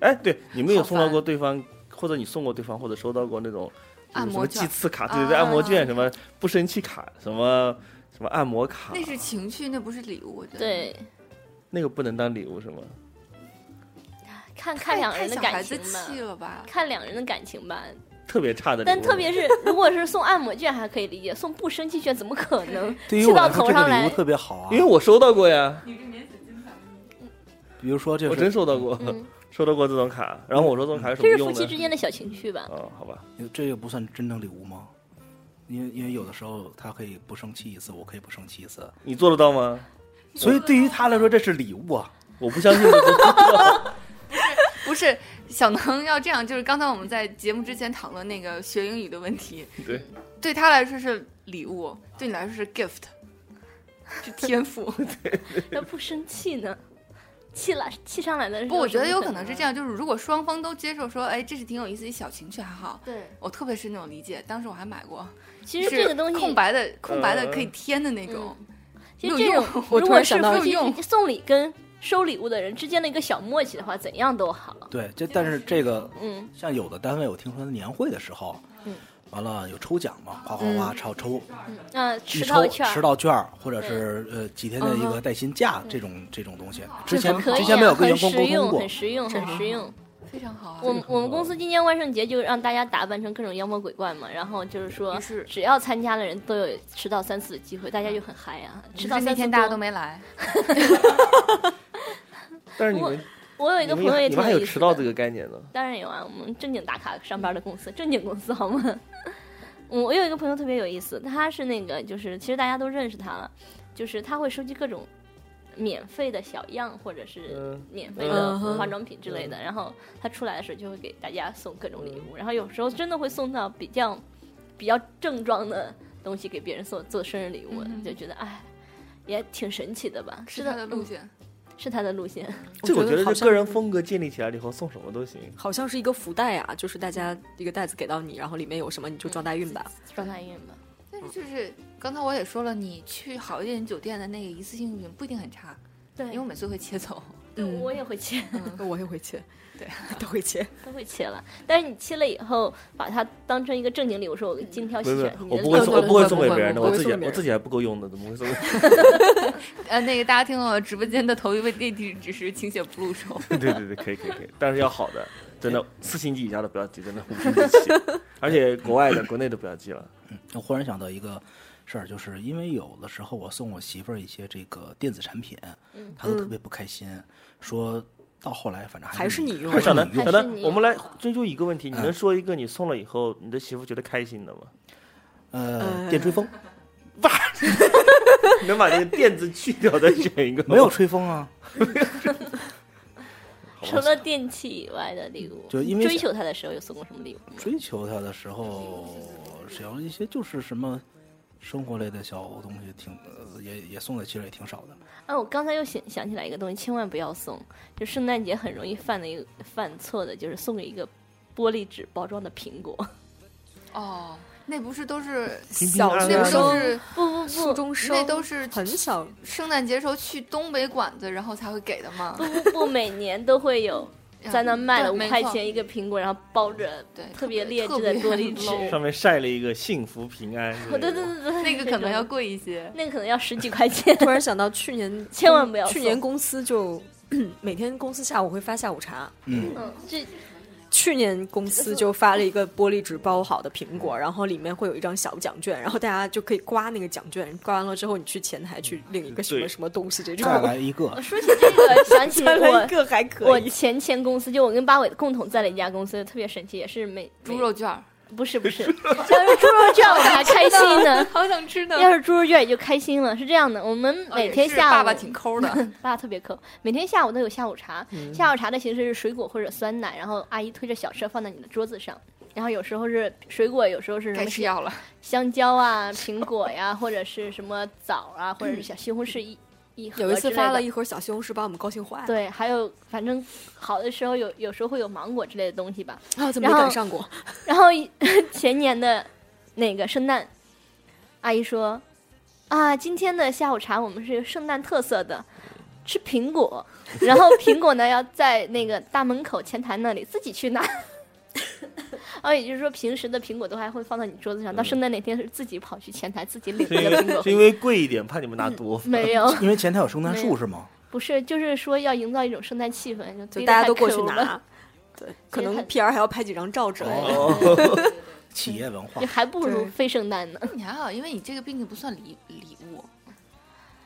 F: 哎，对，你们有
D: 好
F: 送到
D: 烦
F: 过对方，或者你送过对方，或者收到过那种就是
D: 按
F: 什
D: 摩
F: 么
D: 券
F: 鸡翅卡，对对对，
C: 啊
F: 按摩券，什么不生气卡，什么什么按摩”卡，
D: 那是情趣，那不是礼物。我觉得，
C: 对，
F: 那个不能当礼物是吗？
C: 看
D: 太
C: 看两人的
D: 太小
C: 感
D: 孩子
C: 情吧，
D: 气了吧？
C: 看两人的感情吧。
F: 特别差的礼物，
C: 但特别是如果是送按摩券还可以理解，送不生气券怎么可能？
E: 对于
C: 气
E: 我
C: 到
E: 来说，
C: 头
E: 这
C: 上
E: 个礼
C: 来
E: 物，特别好啊
F: 因为，我收到过呀，
E: 比如说这
F: 我真
E: 是
F: 收到过，
C: 嗯，
F: 收到过这种卡，然后我说这种卡有什
C: 这
F: 么
C: 是
F: 用
C: 夫
F: 呢
C: 妻？之间的小情趣 吧。
F: 哦，好吧，
E: 这个不算真正礼物吗？因为因为有的时候他可以不生气一次，我可以不生气一次，
F: 你做得到吗？
E: 所以对于他来说这是礼物啊。
F: 我不相信你做得到，
D: 不是小能要这样，就是刚才我们在节目之前讨论那个学英语的问题，
F: 对，
D: 对他来说是礼物，对你来说是 gift，是天赋。
C: 要不生气呢？气了，气上来的时候
D: 不，我觉得
C: 怎么
D: 有可能是这
C: 啊。
D: 样，就是如果双方都接受说，哎，这是挺有意思的小情趣，还好。
C: 对，
D: 我特别是那种理解，当时我还买过，
C: 其
D: 就
C: 实
D: 是
C: 这个东西
D: 空白的、空白的
F: 呃
D: 可以添的那种，
C: 其实这种
D: 没有 用，
B: 我
C: 如
B: 突
C: 果
B: 然
C: 是
B: 想到
C: 夫
D: 一
C: 妻
D: 个
C: 送礼跟收礼物的人之间的一个小默契的话，怎样都好。
E: 对，这但是这个
C: 嗯，
E: 像有的单位，我听说年会的时候，
C: 嗯
E: 完了有抽奖嘛，哗哗哗
B: 嗯
E: 抽抽
C: 那
E: 一
C: 迟到
E: 抽
C: 券儿，嗯
E: 迟到券儿，或者是呃几天的一个带薪假这种这种东西，之前
C: 很可以啊
E: 之前没有跟员工
C: 很实
E: 沟通
C: 用，
E: 过
C: 很，实用，很实用。
D: 非常好啊。
C: 我们我们公司今年万圣节就让大家打扮成各种妖魔鬼怪嘛，然后就是说
D: 于是，
C: 只要参加的人都有迟到三次的机会，大家就很嗨啊！迟
D: 直
C: 到三
D: 到嗯那
C: 次
D: 天大家都没来，
F: 但是你们
C: 多。我有一
F: 你
C: 个
F: 们
C: 朋友也
F: 你
C: 挺
F: 们还
C: 有
F: 有
C: 意
F: 迟
C: 思
F: 到
C: 的
F: 这个概念呢？
C: 当然有啊，我们正经打卡上班的公司，正经公司好吗？ 我我有一个朋友特别有意思，他是那个就是其实大家都认识他了，就是他会收集各种免费的小样或者是
F: 嗯
C: 免费的
B: 嗯
C: 化妆品之类的，然后他出来的时候就会给大家送各种礼物，然后有时候真的会送到比较比较正装的东西给别人做做生日礼物，
D: 嗯哼
C: 就觉得哎。也挺神奇的吧，
D: 是
C: 的
D: 他的嗯路线。
C: 是他的路线，
F: 这个我
B: 觉
F: 觉得
B: 好
F: 是
B: 像
F: 个人风格建立起来了以后，送什么都行。
B: 好像是一个福袋啊，就是大家一个袋子给到你，然后里面有什么你
C: 嗯
B: 就装大运吧。
C: 双大运吧。
D: 但是就是刚才我也说了，你去好一点酒店的那个一次性物品不一定很差，
C: 对
D: 因为我每次会切走。
C: 对，我也会切。
B: 我也会 切，
D: 对，
B: 都会切。
C: 都会切了，但是你切了以后，把它当成一个正经礼物说，我精挑细
F: 不是
C: 选，，哎你
F: 我
C: 的
F: 不会
C: 礼物
F: 送，
D: 对
F: 我
D: 对
F: 不会
D: 对
F: 送
D: 不
F: 给
D: 会
F: 别人的，
D: 不
F: 我
B: 会
F: 自己
B: 送别
F: 我
B: 人
F: 自己还不够用的，怎么 会送给？
D: 呃，那个大家听了我直播间的头一位地址只是请写不入手。
F: 对对对，可以可以可以，但是要好的，真的四星级以下的不要寄，真的五星级 起，而且国外的、国内的不要寄了。
E: 我忽然想到一个事儿，就是因为有的时候我送我媳妇儿一些这个电子产品，
C: 嗯
E: 她都特别不开心，说到后来反正
B: 还是
E: 是
B: 你用还
E: 还是
F: 小
E: 你
F: 南，
E: 用
F: 小
C: 还是
F: 南，
C: 你
F: 我们来追究一个问题，你
E: 嗯
F: 能说一个你送了以后，你的媳妇觉得开心的吗？
E: 呃
C: 哎
B: 呃
E: 电吹风
F: 能把那个垫子去掉再选 一个吗？
E: 没有吹风啊，
C: 除了电器以外的礼物，
E: 就因为
C: 追求他的时候有送过什么礼物吗？
E: 追求她的时候，想一些就是什么生活类的小东西挺，呃、也也送的其实也挺少 的。
C: 啊，我刚才又想想起来一个东西，千万不要送，就圣诞节很容易犯的一个犯错的，就是送给一个玻璃纸包装的苹果。
D: 哦，那不是都是
F: 平平
B: 小
F: 安安
D: 那
B: 学
D: 不都
B: 生
D: 是
C: 不不
B: 初
C: 不
B: 中生
D: 那都是
B: 很小，
D: 圣诞节时候去东北馆子，然后才会给的嘛。
C: 不不不，每年都会 有在那卖了
D: 对
C: 五
D: 哎没
C: 块
D: 错
C: 钱一个苹果，然后包着
D: 对
C: 特
D: 特
C: 别
D: 别
C: 劣质
D: 特
C: 的
D: 别
C: 玻璃纸。
D: low
F: 上面晒了一个幸福平安。
C: 哦对对对，对，
D: 那个可能要
C: 这种
D: 贵一些。
C: 那个可能要十几块 钱。
B: 突然想到去年，
C: 千万不要
B: 去
C: 送
B: 年公司就每天公司下午会发下午茶，
E: 嗯，
C: 嗯，这
B: 去年公司就发了一个玻璃纸包好的苹果，然后里面会有一张小奖券，然后大家就可以刮那个奖券，刮完了之后你去前台去领一个什么
F: 嗯对
B: 什么东西这种。
E: 再来一 个，
C: 说起这个，想 起
B: 再来一
C: 我
B: 个还可
C: 我
B: 以，
C: 前前公司，就我跟八尾共同在了一家公司，特别神奇，也是每
D: 猪肉卷儿，，
C: 每不 是不是，要是猪肉券我们还开心呢
D: 好想吃呢。
C: 要是猪肉券也就开心了。是这样的，我们
D: 哦
C: 每
D: 也
C: 天
D: 是
C: 下午、
D: 爸爸挺抠 的，
C: 爸爸特别抠，每天下午都有下午茶。
B: 嗯
C: 下午茶的形式是水果或者酸奶，然后阿姨推着小车放在你的桌子上。然后有时候是水果，有时候是什
D: 该
C: 么
D: 吃药了。
C: 香蕉啊、苹果呀，或者是什么枣啊，或者是小西红柿一一盒
B: 有一次
C: 之类
B: 发
C: 的
B: 了一盒小西红柿，把我们高兴坏了。
C: 对，还有反正好的时候有有时候会有芒果之类的东西吧。
B: 啊，怎么没
C: 然后
B: 赶上过？
C: 然后前年的那个圣诞，阿姨说啊，今天的下午茶我们是圣诞特色的，吃苹果， 然后苹果呢要在那个大门口前台那里自己去拿。 哦，也就是说，平时的苹果都还会放到你桌子上，到圣诞那天是自己跑去前台自己领
F: 是
C: 那
F: 因
C: 个苹果
F: 为是。因为贵一点，怕你们拿多。
C: 嗯 没有，
E: 因为前台有圣诞树是吗？
C: 不是，就是说要营造一种圣诞气氛，就
B: 就
C: 逼得
B: 大家
C: 太
B: 都过去
C: Q 了
B: 拿，对，可能
C: 很
B: PR 还要拍几张照之类
F: 哦
B: 的。
E: 企业文化
C: 就，还不如
B: 对
C: 非圣诞呢。
D: 你还好，因为你这个毕竟不算礼礼物，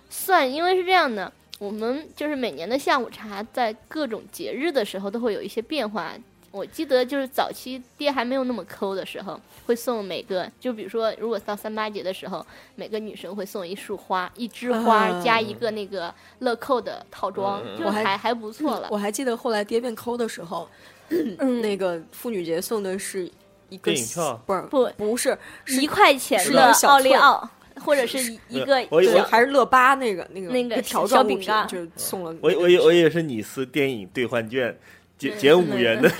C: 算，因为是这样的，我们就是每年的下午茶，在各种节日的时候都会有一些变化。我记得就是早期爹还没有那么抠的时候，会送每个，就比如说，如果到三八节的时候，每个女生会送一束花、一枝花、
B: 啊
C: 加一个那个乐扣的套装，
F: 嗯
C: 就
B: 我还
C: 还还不错了。
B: 我还记得后来爹变抠的时候，
C: 嗯
B: 那个妇女节送的是一个
F: 电影票
B: 不是
C: 不
B: 不是是
C: 一块钱
B: 是
C: 的
B: 有小
C: 奥利
B: 寸
C: 奥， 或者是一一个
F: 我以
B: 对
F: 为
B: 还是乐巴那个那个
C: 那
B: 一
C: 个
B: 个条
C: 小
B: 状物
C: 饼
B: 品
C: 干
B: 就是送了
F: 我我以我以为是你撕电影兑换券，减减五元的，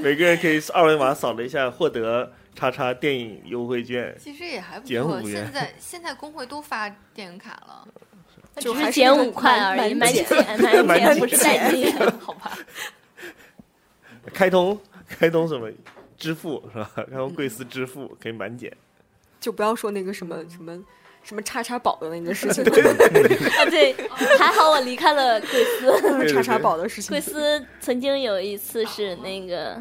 F: 每个人可以二维码扫了一下，获得叉叉电影优惠券。
D: 其实也还不
F: 减
D: 错。
F: 五元
D: 现 在现在工会都发电影卡了，
B: 就
C: 只
B: 还
C: 是
B: 是那
C: 减
B: 个
C: 五块
B: 满
C: 而已，
B: 满
C: 买
B: 减
C: 减 买
F: 满
C: 减
F: 减
C: 不是代金。
D: 好吧？
F: 开通开通什么支付是吧？开通贵司支付可以满减。
B: 就不要说那个什么什么什么叉叉宝的那个 事情，
C: 啊，对，还好我离开了贵司。
B: 叉叉宝的事情
C: 贵。司曾经有一次是那个，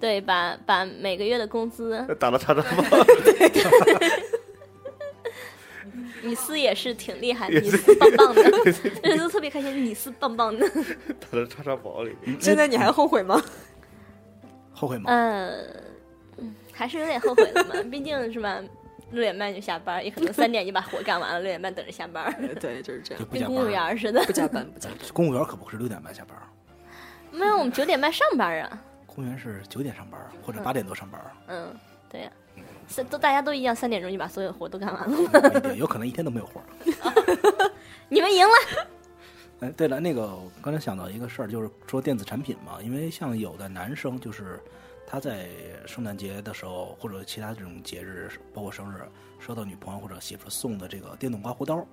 C: 对，把把每个月的工资，
F: 打了叉叉包，
C: 你司也是挺厉害的，
F: 也
C: 你
F: 是
C: 司棒棒的， 人都特别开心，你司棒棒的。
F: 打到叉叉包里面。
B: 现在你 还后悔吗？
E: 嗯后悔吗？
C: 呃，嗯还是有点后悔的 嘛，毕竟是吧，六点半就下班，也可能三点就把活干完了，六点半等着下 班，
B: 对，就是这样
E: 就，不
C: 跟
E: 加
C: 公务员
E: 班。
C: 儿似的
B: 不。加班不加班。
E: 公务员可不是六点半下班，
C: 没有，我们九点半上班啊。
E: 公务员是九点上班 或者八点多上班，
C: 嗯，对呀、是都大家都一样，三点钟就把所有活都干完了。
E: 也有可能一天都没有活。
C: 你们赢了，
E: 哎，对了，那个我刚才想到一个事儿，就是说电子产品嘛，因为像有的男生就是他在圣诞节的时候，或者其他这种节日，包括生日，收到女朋友或者媳妇儿送的这个电动刮胡刀，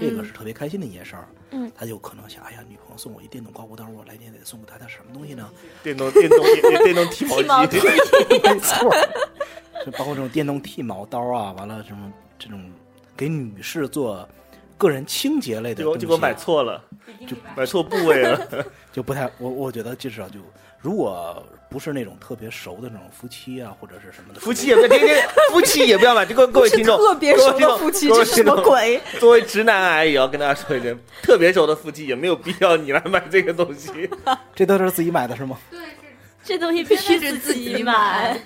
E: 这个是特别开心的一件事儿。
C: 嗯，
E: 他有可能想，哎呀，女朋友送我一电动刮胡刀，我来年得送给她点什么东西呢？
F: 电动电动电动剃
C: 剃毛
F: 毛
C: 机
F: 机，
E: 没错儿，就包括这种电动剃毛刀啊，完了什么这种给女士做个人清洁类的
F: 结
E: 东
F: 果
E: 西，
F: 结果买错了，买错部位了。
E: 就不太，我我觉得至少就如果不是那种特别熟的那种夫妻啊，或者是什么的
F: 夫妻也不要天天，夫妻也不要买。这个各位听众，
B: 特别
F: 各
B: 熟
F: 位听
B: 的
F: 众
B: 夫妻，
F: 各
B: 这
F: 位
B: 是什
F: 听
B: 么
F: 众
B: 鬼？
F: 作为直男癌，也要跟大家说一声，特别熟的夫妻也没有必要你来买这个东西，
E: 这都是自己买的是吗？
C: 这东西必须
D: 真的是
C: 自
D: 自
C: 己
D: 己
C: 买
D: 买。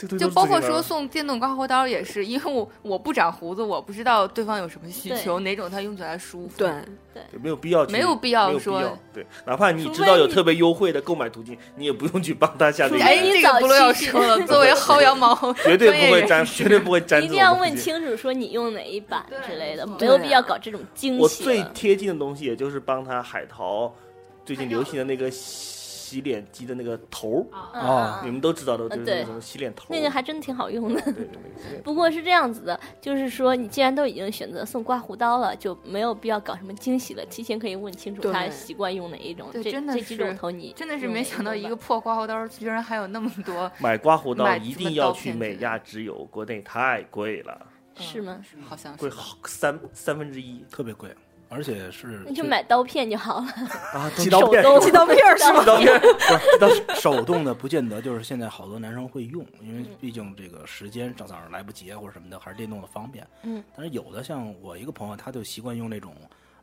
F: 这个东西
D: 就包括
F: 自己买
D: 说送电动刮胡刀也是，因为我我不长胡子，我不知道对方有什么需求，哪种他用起来舒服。
B: 对，
F: 对没有必要去，
D: 没有必要说
F: 没有必要对，哪怕你知道有特别优惠的购买途径，你也不用去帮他下这个，
D: 哎，
C: 你
D: 这
C: 早
D: 个不露要
C: 期
D: 说了，作为薅羊毛专业人士，
F: 绝对不会沾，绝对不会沾。
C: 一定要问。清楚，说你用哪一版之类的，没
B: 对
C: 有必要搞这种惊
F: 我
C: 喜
F: 最
C: 了。啊
F: 贴近的东西，也就是帮他海淘最近流行的那个洗脸机的那个头儿，
C: 嗯
E: 哦
F: 你们都知道的，就是
C: 对
F: 那种洗脸头。
C: 那个还真挺好用的。
F: 对对对洗脸头
C: 不过是这样子的，就是说你既然都已经选择送刮胡刀了，就没有必要搞什么惊喜了，提前可以问清楚
B: 对
C: 他习惯用哪一种。这
D: 对真的
C: 这几种
D: 是
C: 头你
D: 真的是
C: 用
D: 没
C: 哪
D: 想到
C: 种
D: 一
C: 吧
D: 个破刮胡刀，居然还有那么多，
F: 买刮胡刀
D: 买
F: 一
D: 什
F: 定
D: 么
F: 要
D: 刀
F: 去
D: 片之
F: 美
D: 类的
F: 亚直邮，国内太贵了，
C: 是吗？
D: 嗯好像
F: 贵
D: 是。
F: 好三三分之一。
E: 特别贵，而且是
C: 你就买刀片就好了，
F: 啊，
E: 寄刀片，
C: 手动
B: 寄刀片儿是吗？
F: 刀片，
E: 不是，但是手动的不见得就是现在好多男生会用，因为毕竟这个时间早早上来不及啊或者什么的，还是电动的方便。
C: 嗯，
E: 但是有的像我一个朋友，他就习惯用那种，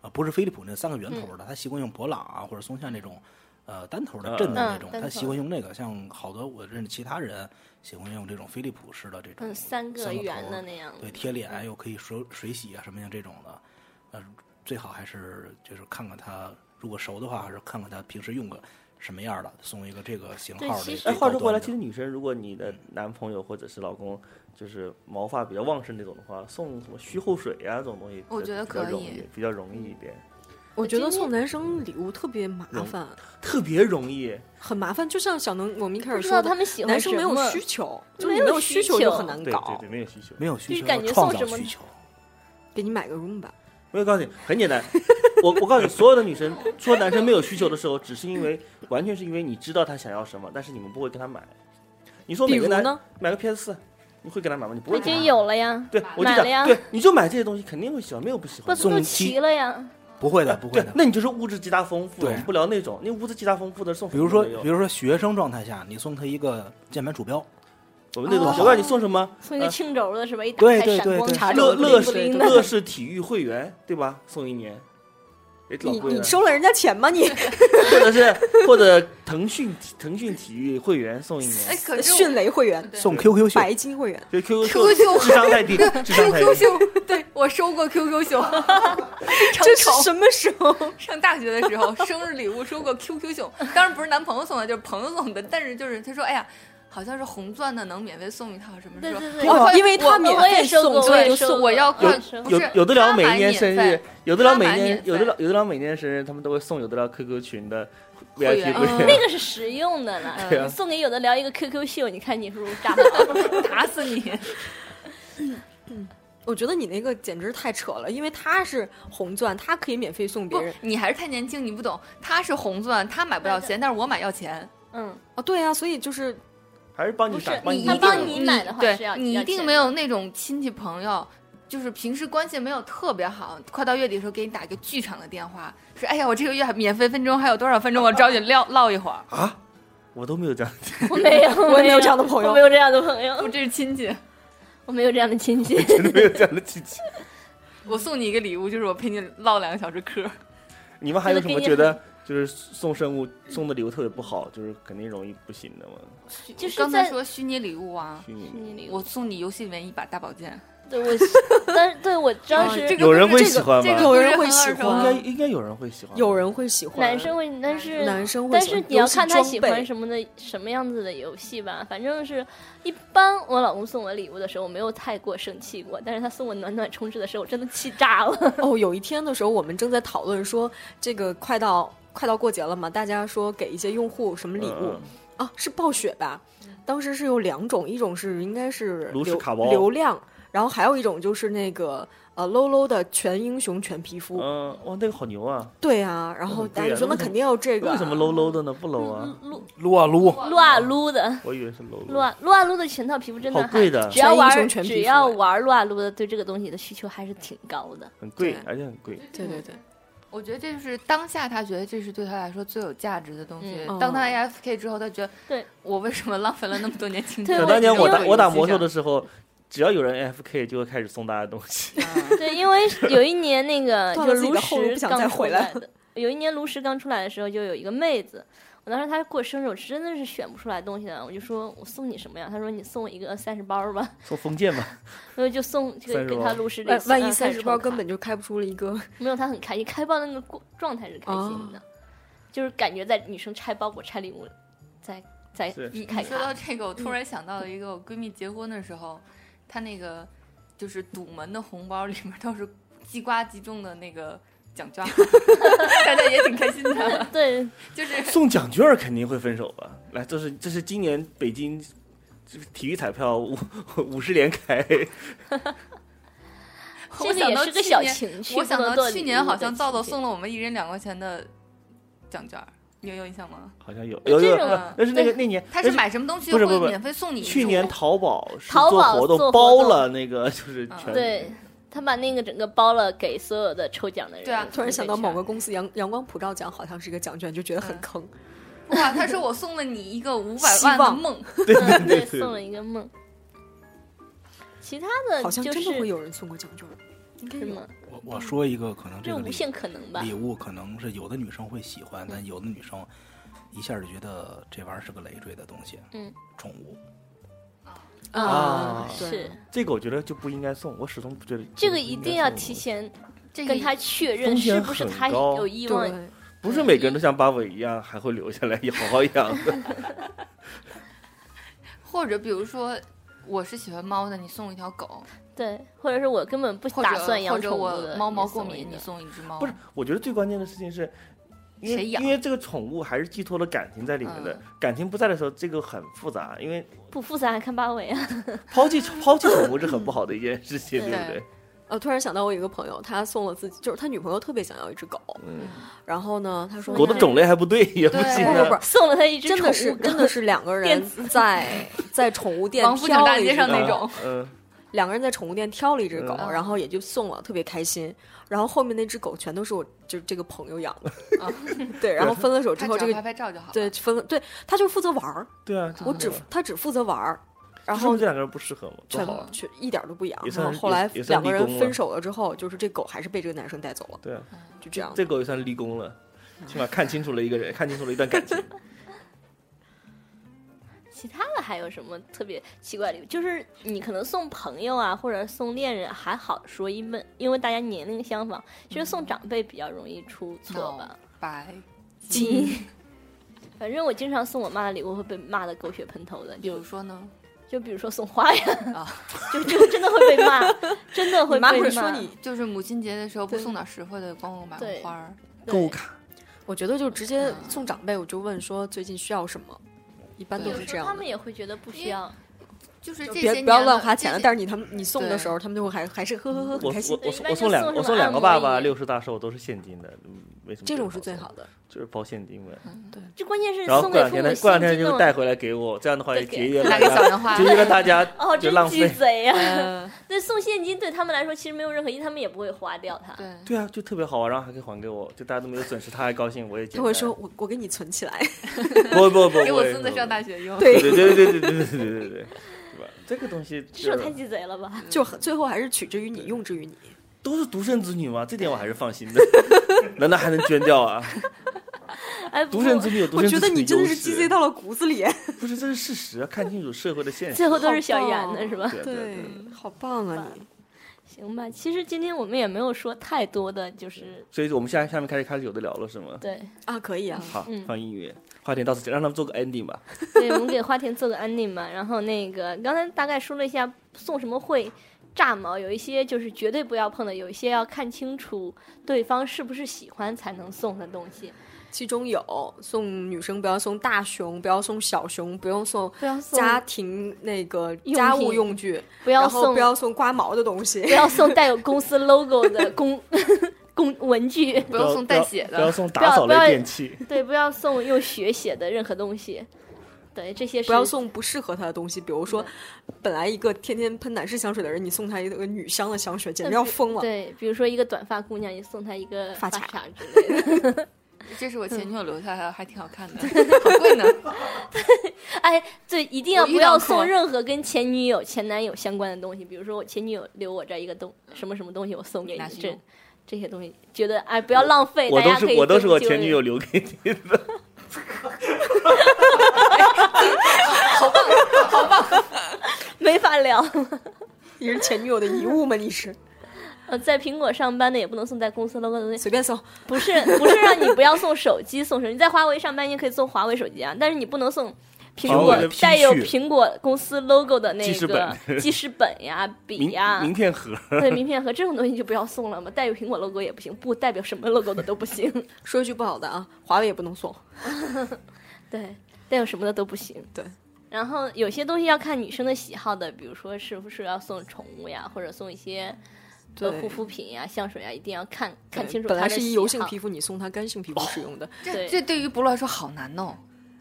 E: 呃，不是飞利浦那三个圆头的，他习惯用博朗啊或者松下那种，呃，单头的震的那
C: 嗯
E: 种，
C: 嗯单头
E: 他习惯用那个。像好多我认识其他人喜欢用这种飞利浦式的这种，
C: 嗯，三
E: 三
C: 个
E: 个头
C: 圆的那样。
E: 对，贴脸又可以水水洗啊什么像这种的，呃，最好还是就是看看他如果熟的话，还是看看他平时用个什么样的，送一个这个型
C: 对
E: 号的
C: 其
E: 这
C: 实
E: 个
F: 哎，话
E: 高
F: 说回 来，
E: 端的
F: 其实女生，如果你的男朋友或者是老公就是毛发比较旺盛那种的话，送什么虚后水啊呀、这种东西比较，
D: 我觉得
F: 比较
D: 可
F: 容
D: 以
F: 易，比较容易一点，
B: 我觉得送男生礼物特别麻烦，
F: 特别容易。
B: 很麻烦。就像小能我们一开
C: 不
B: 始
C: 知
B: 说
C: 道
B: 的，
C: 他们喜欢
B: 男生没有
C: 什么
B: 需求，
C: 没
B: 就是你
C: 有
B: 没有
C: 需
B: 需求就
C: 求
B: 很难
F: 对对
B: 搞
F: 对，。没有需求。
E: 没有需
C: 就是
E: 求，
C: 感觉
E: 创
C: 送
E: 造
C: 什么
E: 需
C: 呢
E: 求。
B: 给你买个 Roomba，
F: 我告诉你，很简单。我 我告诉你，所有的女生说男生没有需求的时候，只是因为完全是因为你知道他想要什么，但是你们不会跟他买。你说
B: 比
F: 每
B: 如
F: 个男
B: 呢？
F: 买个 PS 四，你会给他买吗？你不
C: 我
F: 会
C: 已
F: 给他
C: 经
F: 买。
C: 有了呀，
F: 啊对，我就
C: 买了呀
F: 想，对，你就买这些东西，肯定会喜欢，没有不喜
C: 不
F: 欢的。
C: 不都
E: 送机
C: 齐了呀？
E: 不会的，不会
F: 对
E: 的，。
F: 那你就是物质极大丰富，
E: 对
F: 我们不聊那种，那物质极大丰富的送什
E: 比
F: 么
E: 如
F: 都没有。
E: 说，比如说学生状态下，你送他一个键盘鼠标，
F: 我们那种
B: 哦
F: 小怪，你送什么？
C: 送一个青轴的是吧？一打
E: 对
C: 开
E: 对
C: 闪
E: 对
C: 光
E: 对
C: 啥
B: 对
F: 乐
C: 都
F: 乐
C: 不
F: 视
C: 灵的。
F: 乐视体育会员对吧？送一年，也老
B: 你
F: 贵
B: 你
F: 了。
B: 收了人家钱吗？ 你
F: 或者是或者腾讯腾讯体育会员送一
D: 哎，
F: 年，
D: 可是
B: 迅雷会员、
D: 对
E: 送 QQ 秀，
B: 白金会员，
F: 就 QQ 秀
D: QQ
F: 智商太 低，智商太
D: QQ
F: 低。
D: 秀，对我收过 QQ 秀，
B: 这是什么时候？
D: 上大学的时候，生日礼物收过 QQ 秀，当然不是男朋友送的，就是朋友送的。但是就是他说，哎呀，好像是红钻的能免费送一套什么
C: 对
D: 时候？
C: 对对
D: 我
B: 哦
D: 快
B: 因为他
D: 我
B: 免
C: 我也
B: 费
C: 收过
B: 送，所
C: 我
B: 以
C: 也
B: 就
C: 收
B: 送
C: 过
D: 我要快不
F: 有
D: 是
F: 有的聊
D: 他
F: 每
D: 买
F: 一年
D: 免
F: 生日
D: 费，
F: 有的聊
D: 他
F: 每
D: 买
F: 一年
D: 免，费
F: 有的聊有的聊每年生日，他们都会送有的聊 QQ 群的
D: 会
F: VIP
D: 员
F: 会
D: 嗯
F: 员。
C: 那个是实用 的了，
F: 对啊
C: 你送给有的聊一个 QQ 秀，你看你是不是炸 毛？
D: 打死你！
B: 我觉得你那个简直太扯了，因为他是红钻，他可以免费送别
D: 不
B: 人。，
D: 你还是太年轻，你不懂。他是红钻，他买不到钱，但是我买要钱。
C: 嗯，
B: 哦，对啊，所以就是
F: 还是帮你
C: 不是
F: 打，帮
C: 你
F: 你
C: 他
F: 打
D: 一
C: 帮
D: 定
C: 你买的话
D: 对
C: 是要
D: 你
C: 要
D: 一定
C: 钱
D: 没
C: 的
D: 有那种亲戚朋友，就是平时关系没有特别好，快到月底的时候给你打一个巨长的电话，说哎呀，我这个月免费分钟还有多少分钟，我找你唠唠一会 儿。
E: 啊，
F: 我都没有这样。
C: 我没有，
B: 我也没有
C: 有
B: 这样的朋友
C: 我没有这样的朋
D: 我
C: 友，
D: 这是亲戚，
C: 我没有这样的 亲戚。
F: 真的没有这样的亲戚。
D: 我送你一个礼物，就是我陪你唠两个小时嗑。
F: 你们还有什么觉得就是送生物送的礼物特别不好，就是肯定容易不行的吗？
C: 就是
D: 刚才
C: 在
D: 说虚拟礼物啊，
F: 虚拟
D: 我送你游戏里面一把大 宝剑，
C: 对我，但是对我
B: 哦
C: 当时
D: 这个
F: 有人会
D: 这个
F: 喜欢
D: 这
F: 吗？
D: 个
B: 有
D: 不是
B: 人会
D: 很耳
B: 喜
D: 熟
C: 啊
B: 欢
F: 应
D: 吗
F: 该应该有人会喜欢。
B: 有人会喜欢
C: 男生会，但是
B: 男生会
C: 但
B: 喜欢，
C: 是你要
B: 尤其
C: 看他
B: 装
C: 喜
B: 备
C: 欢什么的什么样子的游戏吧。反正是一般我老公送我礼物的时候，我没有太过生气过，但是他送我暖暖充值的时候，我真的气炸了。
B: 哦，有一天的时候，我们正在讨论说，这个快到快到过节了嘛，大家说给一些用户什么礼物、
F: 嗯
B: 啊？是暴雪吧？当时是有两种，一种是应该是
F: 炉石
B: 流
F: 卡包
B: 流量，然后还有一种就是那个呃 low low 的全英雄全皮肤。
F: 嗯，哇，那个好牛啊！
B: 对啊，然后
F: 嗯
B: 大
F: 对
B: 家
F: 啊
B: 说
F: 那
B: 那
F: 为什
B: 肯定要这个啊。
F: 为什么 low low 的呢？不 low
D: 嗯
F: 啊，
C: 撸
E: 撸啊撸，
C: 撸啊撸的。
F: 我以为是 low
C: 撸
F: low。
C: 啊撸啊撸的全套皮肤真的
F: 好贵的
C: 还只要
B: 全英
C: 玩
B: 雄全皮肤哎
C: 只要玩撸啊撸的，对这个东西的需求还是挺高的。
F: 很贵
B: 对，
F: 而且很贵。
B: 对对对，
D: 我觉得这就是当下他觉得这是对他来说最有价值的东西。
B: 嗯
F: 哦
D: 当他 AFK 之后，他觉得
C: 对
D: 我为什么浪费了那么多年青
C: 对
D: 春？
F: 想
C: 我
F: 当年我
C: 因为
F: 打我打魔兽的时候，只要有人 FK 就会开始送大家东西。
C: 对，因为有一年那 个
B: 断
C: 就
B: 了
C: 是
B: 自己
C: 炉
B: 的后路
C: 石
B: 不想
C: 刚
B: 再
C: 出
B: 回
C: 来
B: 来
C: 的，有一年炉石刚出来的时候，就有一个妹子，我当时她过生日，我真的是选不出来东西来，我就说我送你什么呀？她说你送我一个三十包吧，
F: 送封建吧，
C: 所以就送这个
F: 30
C: 给
F: 包
C: 她炉石这
B: 万
C: 个
B: 万
C: 呃
B: 一三十包
C: 30
B: 根本就开不出了一个，
C: 没有，她很开心，开包的那个过状态是开
B: 哦
C: 心的，就是感觉在女生拆包裹拆礼物，在在
F: 是
D: 你
C: 开
D: 你说
C: 卡
D: 到这个，我
C: 嗯
D: 突然想到了一个，我闺蜜结婚的时候，她那个就是堵门的红包里面都是即刮即中的那个奖 券，大家也挺开心的。
C: 对
D: 就是
F: 送奖券肯定会分手吧？来，这是这是今年北京这个体育彩票五五十连开，
C: 这
D: 我
C: 个
D: 想
C: 也
D: 到
C: 是个
D: 去
C: 小
D: 年
C: 情绪，
D: 我想
C: 不能
D: 到
C: 做
D: 去
C: 礼
D: 年
C: 物
D: 好
C: 的
D: 像皂皂
C: 情
D: 送了我们一人两块钱的奖券，你有印象吗？
F: 好像有
C: 这
F: 有有
C: 种
F: 有，但是那个那年
D: 他
F: 但
D: 是买什么东西
F: 不是
D: 会
F: 不是不是
D: 免费送你一束？
F: 去年淘宝是
C: 淘
F: 做
C: 宝
F: 活
C: 做活
F: 包
C: 动
F: 了那个就是全
C: 对他把那个整个包了给所有的抽奖的人。
D: 对啊
B: 突然想到 某个公司阳阳光普照奖好像是一个奖券，就觉得很
D: 嗯
B: 坑。
D: 哇，他说我送了你一个五百
B: 希
D: 万的
B: 望
D: 梦，
E: 对对
C: 对，
E: 对对
C: 送了一个梦。其他的
B: 好像
C: 嗯就
B: 真
C: 是
B: 的会有人送过奖券，应该
C: 什
B: 有
C: 么，
E: 我我说一个可能这
C: 这
E: 个礼
C: 无限可能吧？
E: 礼物可能是有的女生会喜欢，但有的女生一下就觉得这玩意儿是个累赘的东西。
C: 嗯，
E: 宠物
F: 啊
B: 对
C: 是
F: 这个我觉得就不应该送，我始终不觉得
C: 这个一定要提
F: 醒。
C: 前
D: 这个
C: 跟他确认
F: 风
C: 是
F: 险
C: 不是
F: 很
C: 他
F: 高
C: 有意
B: 对
C: 望。，
F: 不是每个人都像八尾一样还会留下来，也好好养的。
D: 或者比如说我是喜欢猫的，你送我一条狗，
C: 对，或者是我根本不
D: 或
C: 打
D: 者
C: 算
D: 或
C: 养
D: 者
C: 宠物
D: 我
C: 的，
D: 猫毛
C: 也
D: 过
C: 送一
D: 敏，你
C: 个
D: 送一只猫，
B: 哦
F: 不是，我觉得最关键的事情是，因为
D: 谁养
F: 因为这个宠物还是寄托了感情在里面的，
D: 嗯
F: 感情不在的时候，这个很复杂。因为
C: 不复杂，还看八尾啊？
F: 抛弃抛弃宠物是 很不好的一件事情，对
D: 对
F: 不对？
B: 呃，突然想到我有一个朋友，他送了自己，就是他女朋友特别想要一只狗，
F: 嗯，
B: 然后呢，他说
F: 狗的
B: 那
F: 种类还不对，也不行
B: 不不
F: 啊
B: 不。
C: 送了他一只
B: 真
C: 宠
B: 的是
C: 物狗
B: 真的是两个 人
C: 电子
B: 在在宠物店
D: 王府井
B: 挑
D: 大
B: 了一
D: 街
B: 只
D: 上
B: 狗
D: 那种，
F: 嗯，
B: 两个人在宠物店挑了一只狗，
D: 嗯
B: 然后也就送了，特别开心。然后后面那只狗全都是我就是这个朋友养的，
D: 啊
B: 对。然后分了手之
D: 他嗯
B: 后，这
D: 只
B: 个
D: 要拍拍照就好了。
B: 对分了，对他就负责玩儿，
F: 对啊，这
B: 我
F: 个
B: 只
F: 是
B: 他只负责玩儿，然
F: 是不
B: 后
F: 是这两个人不适合吗？多
B: 全
F: 好啊！
B: 全一点都不养。
F: 也
B: 然
F: 算
B: 后
F: 是
B: 后
F: 也
B: 来
F: 也算
B: 两个
F: 立
B: 人
F: 功了
B: 分手了之后，就是这狗还是被这个男生带走了，
F: 对啊，
B: 就这样。
F: 这狗也算立功了，起码看清楚了一个人，看清楚了一段感情。
C: 其他的还有什么特别奇怪的？就是你可能送朋友啊，或者送恋人还好说，因为因为大家年龄相仿，其实送长辈比较容易出错吧。
D: 白
C: 金，反正我经常送我妈的礼物会被骂的狗血喷头的，
D: 比
C: 就
B: 嗯
D: 如说呢，
C: 就比如说送花呀，
D: 啊
C: 就就真的会 被骂，真的会
B: 你妈
C: 被骂。
B: 会说你，
D: 就是母亲节的时候不
B: 对
D: 送点实惠的，光我买
C: 对
D: 个花儿，
C: 对
F: 卡，
B: 我觉得就直接
D: 嗯
B: 送长辈，我就问说最近需要什么，一般都
C: 有
B: 是这
C: 时候他
B: 样
C: 们
B: 的。
C: 也会觉得不需要。
D: 就是这些
B: 别不要乱
D: 年了
B: 花钱了，
D: 这些
B: 但是你他们你送的
D: 对
B: 时候，他们就会还还是呵呵呵
F: 我
B: 很开心
F: 我。我
C: 对一般
F: 送我
C: 就
F: 送两
C: 送
F: 我
C: 什么
F: 送两
C: 按
F: 个
C: 摩
F: 爸
C: 椅
F: 爸六十大寿都是现金的，嗯为什么
B: 这种是
F: 好
B: 最
F: 送
B: 好的，
F: 就是包现金呗。
C: 就关键是
F: 然后
C: 送
F: 过
C: 给父
F: 两天
C: 母
F: 他过两天
C: 现金那
F: 就
C: 种
F: 带回来给我，这样的话也
C: 对
F: 节约了
D: 买个小
F: 大
D: 人花
F: 家，节约了大家
C: 哦，
F: 就
C: 真
F: 浪
C: 鸡
F: 费。
C: 贼呀、
D: 呃
C: 对，送现金对他们来说其实没有任何意义，他们也不会花掉它。
D: 对，
F: 对啊，就特别好玩，然后还可以还给我，就大家都没有损失，他还高兴，我也简
B: 他
F: 单
B: 会说：“我我给你存起来。
F: 不不 不，
D: 给我孙子上大
F: 学。
D: 学用。
F: 对对对对对对对对对对，对吧？这个东西
C: 这
F: 就
C: 种太鸡贼了吧？”
B: 就很最后还是取之于你，用之于你。
F: 都是独生子女嘛，这点我还是放心的。 难道还能捐掉啊？
C: 哎，不
F: 独
C: 过
F: 生子女有独
B: 我
F: 生
B: 觉
F: 子
B: 得
F: 女
B: 你真的
F: 优
B: 是
F: 势
B: 鸡贼到了骨子里。
F: 不是，这是事实啊，看清楚社会的现实
C: 最。后都是小圆的是吧？
F: 对对，
B: 好棒啊你！
C: 行吧，其实今天我们也没有说太多的，就是
F: 所以我们下下面开始开始有的聊了，是吗？
C: 对，
B: 啊，可以啊，
F: 好
C: 嗯，
F: 放音乐，话题到此结，让他们做个 ending 吧。
C: 对，我们给花田做个 ending 吧。 然后那个刚才大概说了一下送什么会炸毛，有一些就是绝对不要碰的，有一些要看清楚对方是不是喜欢才能送的东西，
B: 其中有送女生不要送大熊，不要送小熊，不用送
C: 不要送
B: 家庭那个
C: 用
B: 家务
C: 品
B: 用具，
C: 不要
B: 然后
C: 送
B: 不要送刮毛的东西
C: 不。要送带有公司 logo 的 工工文具，
D: 不要送带血
F: 不要
D: 的，
F: 送
C: 不
F: 打
C: 要
F: 扫
C: 不要
F: 类电器，
C: 对，不要送用血写的任何东西，对，这些是嗯
B: 不要送不适合他的东西，比如说，本来一个天天喷男士香水的人，你送他一个女香的香水，简直要疯了。
C: 对，比如说一个短发姑娘，你送她一个
B: 发
C: 卡
B: 卡
C: 之类的。
B: 嗯
D: 这是我前女友留下来的，还挺好看 的，好贵呢。
C: 哎，对，一定要
D: 我遇
C: 不要
D: 到过
C: 送任何跟前女友、前男友相关的东西，比如说我前女友留我这儿一个东什么什么东西，我送给你
D: 拿去
C: 这
D: 用
C: 这些东西，觉得哎不要浪费，
F: 我
C: 大
F: 都
C: 家
F: 是
C: 可以
F: 我都是
C: 跟
F: 我
C: 旧
F: 前女
C: 人
F: 友留给你的。
C: 没法聊。
B: 你是前女友的遗物吗？你是
C: 呃，在苹果上班的也不能送在公司 logo 的东西，
B: 随便送，
C: 不是不是让你不要送手机送手机，你 在华为上班你也可以送华为手机啊，但是你不能送苹
F: 华
C: 果
F: 为的 P
C: 带有
F: 恤
C: 苹果公司 logo 的那
F: 记事
C: 个
F: 本
C: 记事本呀、笔
F: 名
C: 呀、
F: 名 片盒，
C: 对名片盒这种东西就不要送了嘛，带有苹果 logo 也不行，不代表什么 logo 的都不行，
B: 说一句不好的啊，华为也不能送。
C: 对，带有什么的都不行。
B: 对。
C: 然后有些东西要看女生的喜好的，比如说是不是要送宠物呀，或者送一些
B: 对
C: 呃护肤品呀、香水呀，啊一定要看
B: 对
C: 看清楚她
B: 本
C: 的
B: 来是一
C: 喜
B: 油性
C: 好
B: 皮肤，你送他干性皮肤使用的，
D: 这
C: 对
D: 这对于不乐来说好难哦。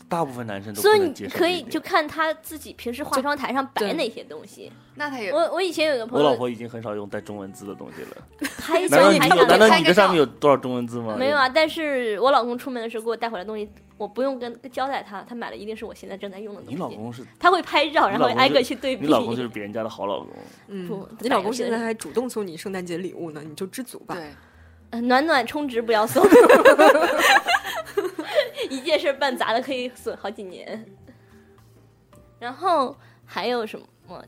F: 大部分男生都
C: 所
F: 不
C: 以
F: 能
C: 你
F: 接受
C: 可
F: 这一
C: 以
F: 点
C: 就看他自己平时化妆台上摆
B: 对
C: 哪些东西。
D: 那他也
C: 我我以前有个朋
F: 我老
C: 友，
F: 婆已经很少用带中文字的东西了。
C: 她一
F: 难道
C: 想
F: 你
C: 还
F: 有？
C: 想
F: 难道
D: 拍
F: 你
D: 个
F: 这上
D: 照
F: 面有多少中文字吗？
C: 没有啊，但是我老公出门的时候给我带回来东西，我不用跟交代他，他买的一定是我现在正在用的东西。
F: 你老公是，
C: 他会拍照，然后
F: 你老公
C: 挨个
F: 是
C: 去对比。
F: 你老公就是别人家的好老公。
B: 嗯
C: 不，
B: 你老公
C: 反正
B: 现
C: 是
B: 在还主动送你圣诞节礼物呢，你就知足吧。
D: 对，
C: 呃暖暖充值不要 送，一件事儿办砸了可以损好几年。然后还有什么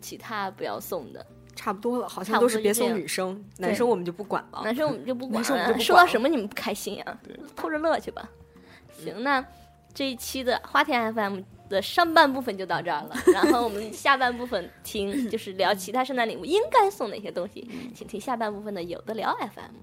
C: 其他不要送的？
B: 差不多了，好
C: 差
B: 像
C: 不
B: 都
C: 多
B: 是别
C: 就这
B: 送
C: 样
B: 女生，男生我们就不管了。
C: 男生我们就不管
B: 男生我们就
C: 了，
B: 不管了
C: 收到什么你们不开心啊？偷着乐去吧。
B: 嗯
C: 行，那这一期的花田 FM 的上半部分就到这儿了， 然后我们下半部分
B: 嗯
C: 听就是聊其他圣诞礼物应该送哪些东西，请听下半部分的有的聊 FM。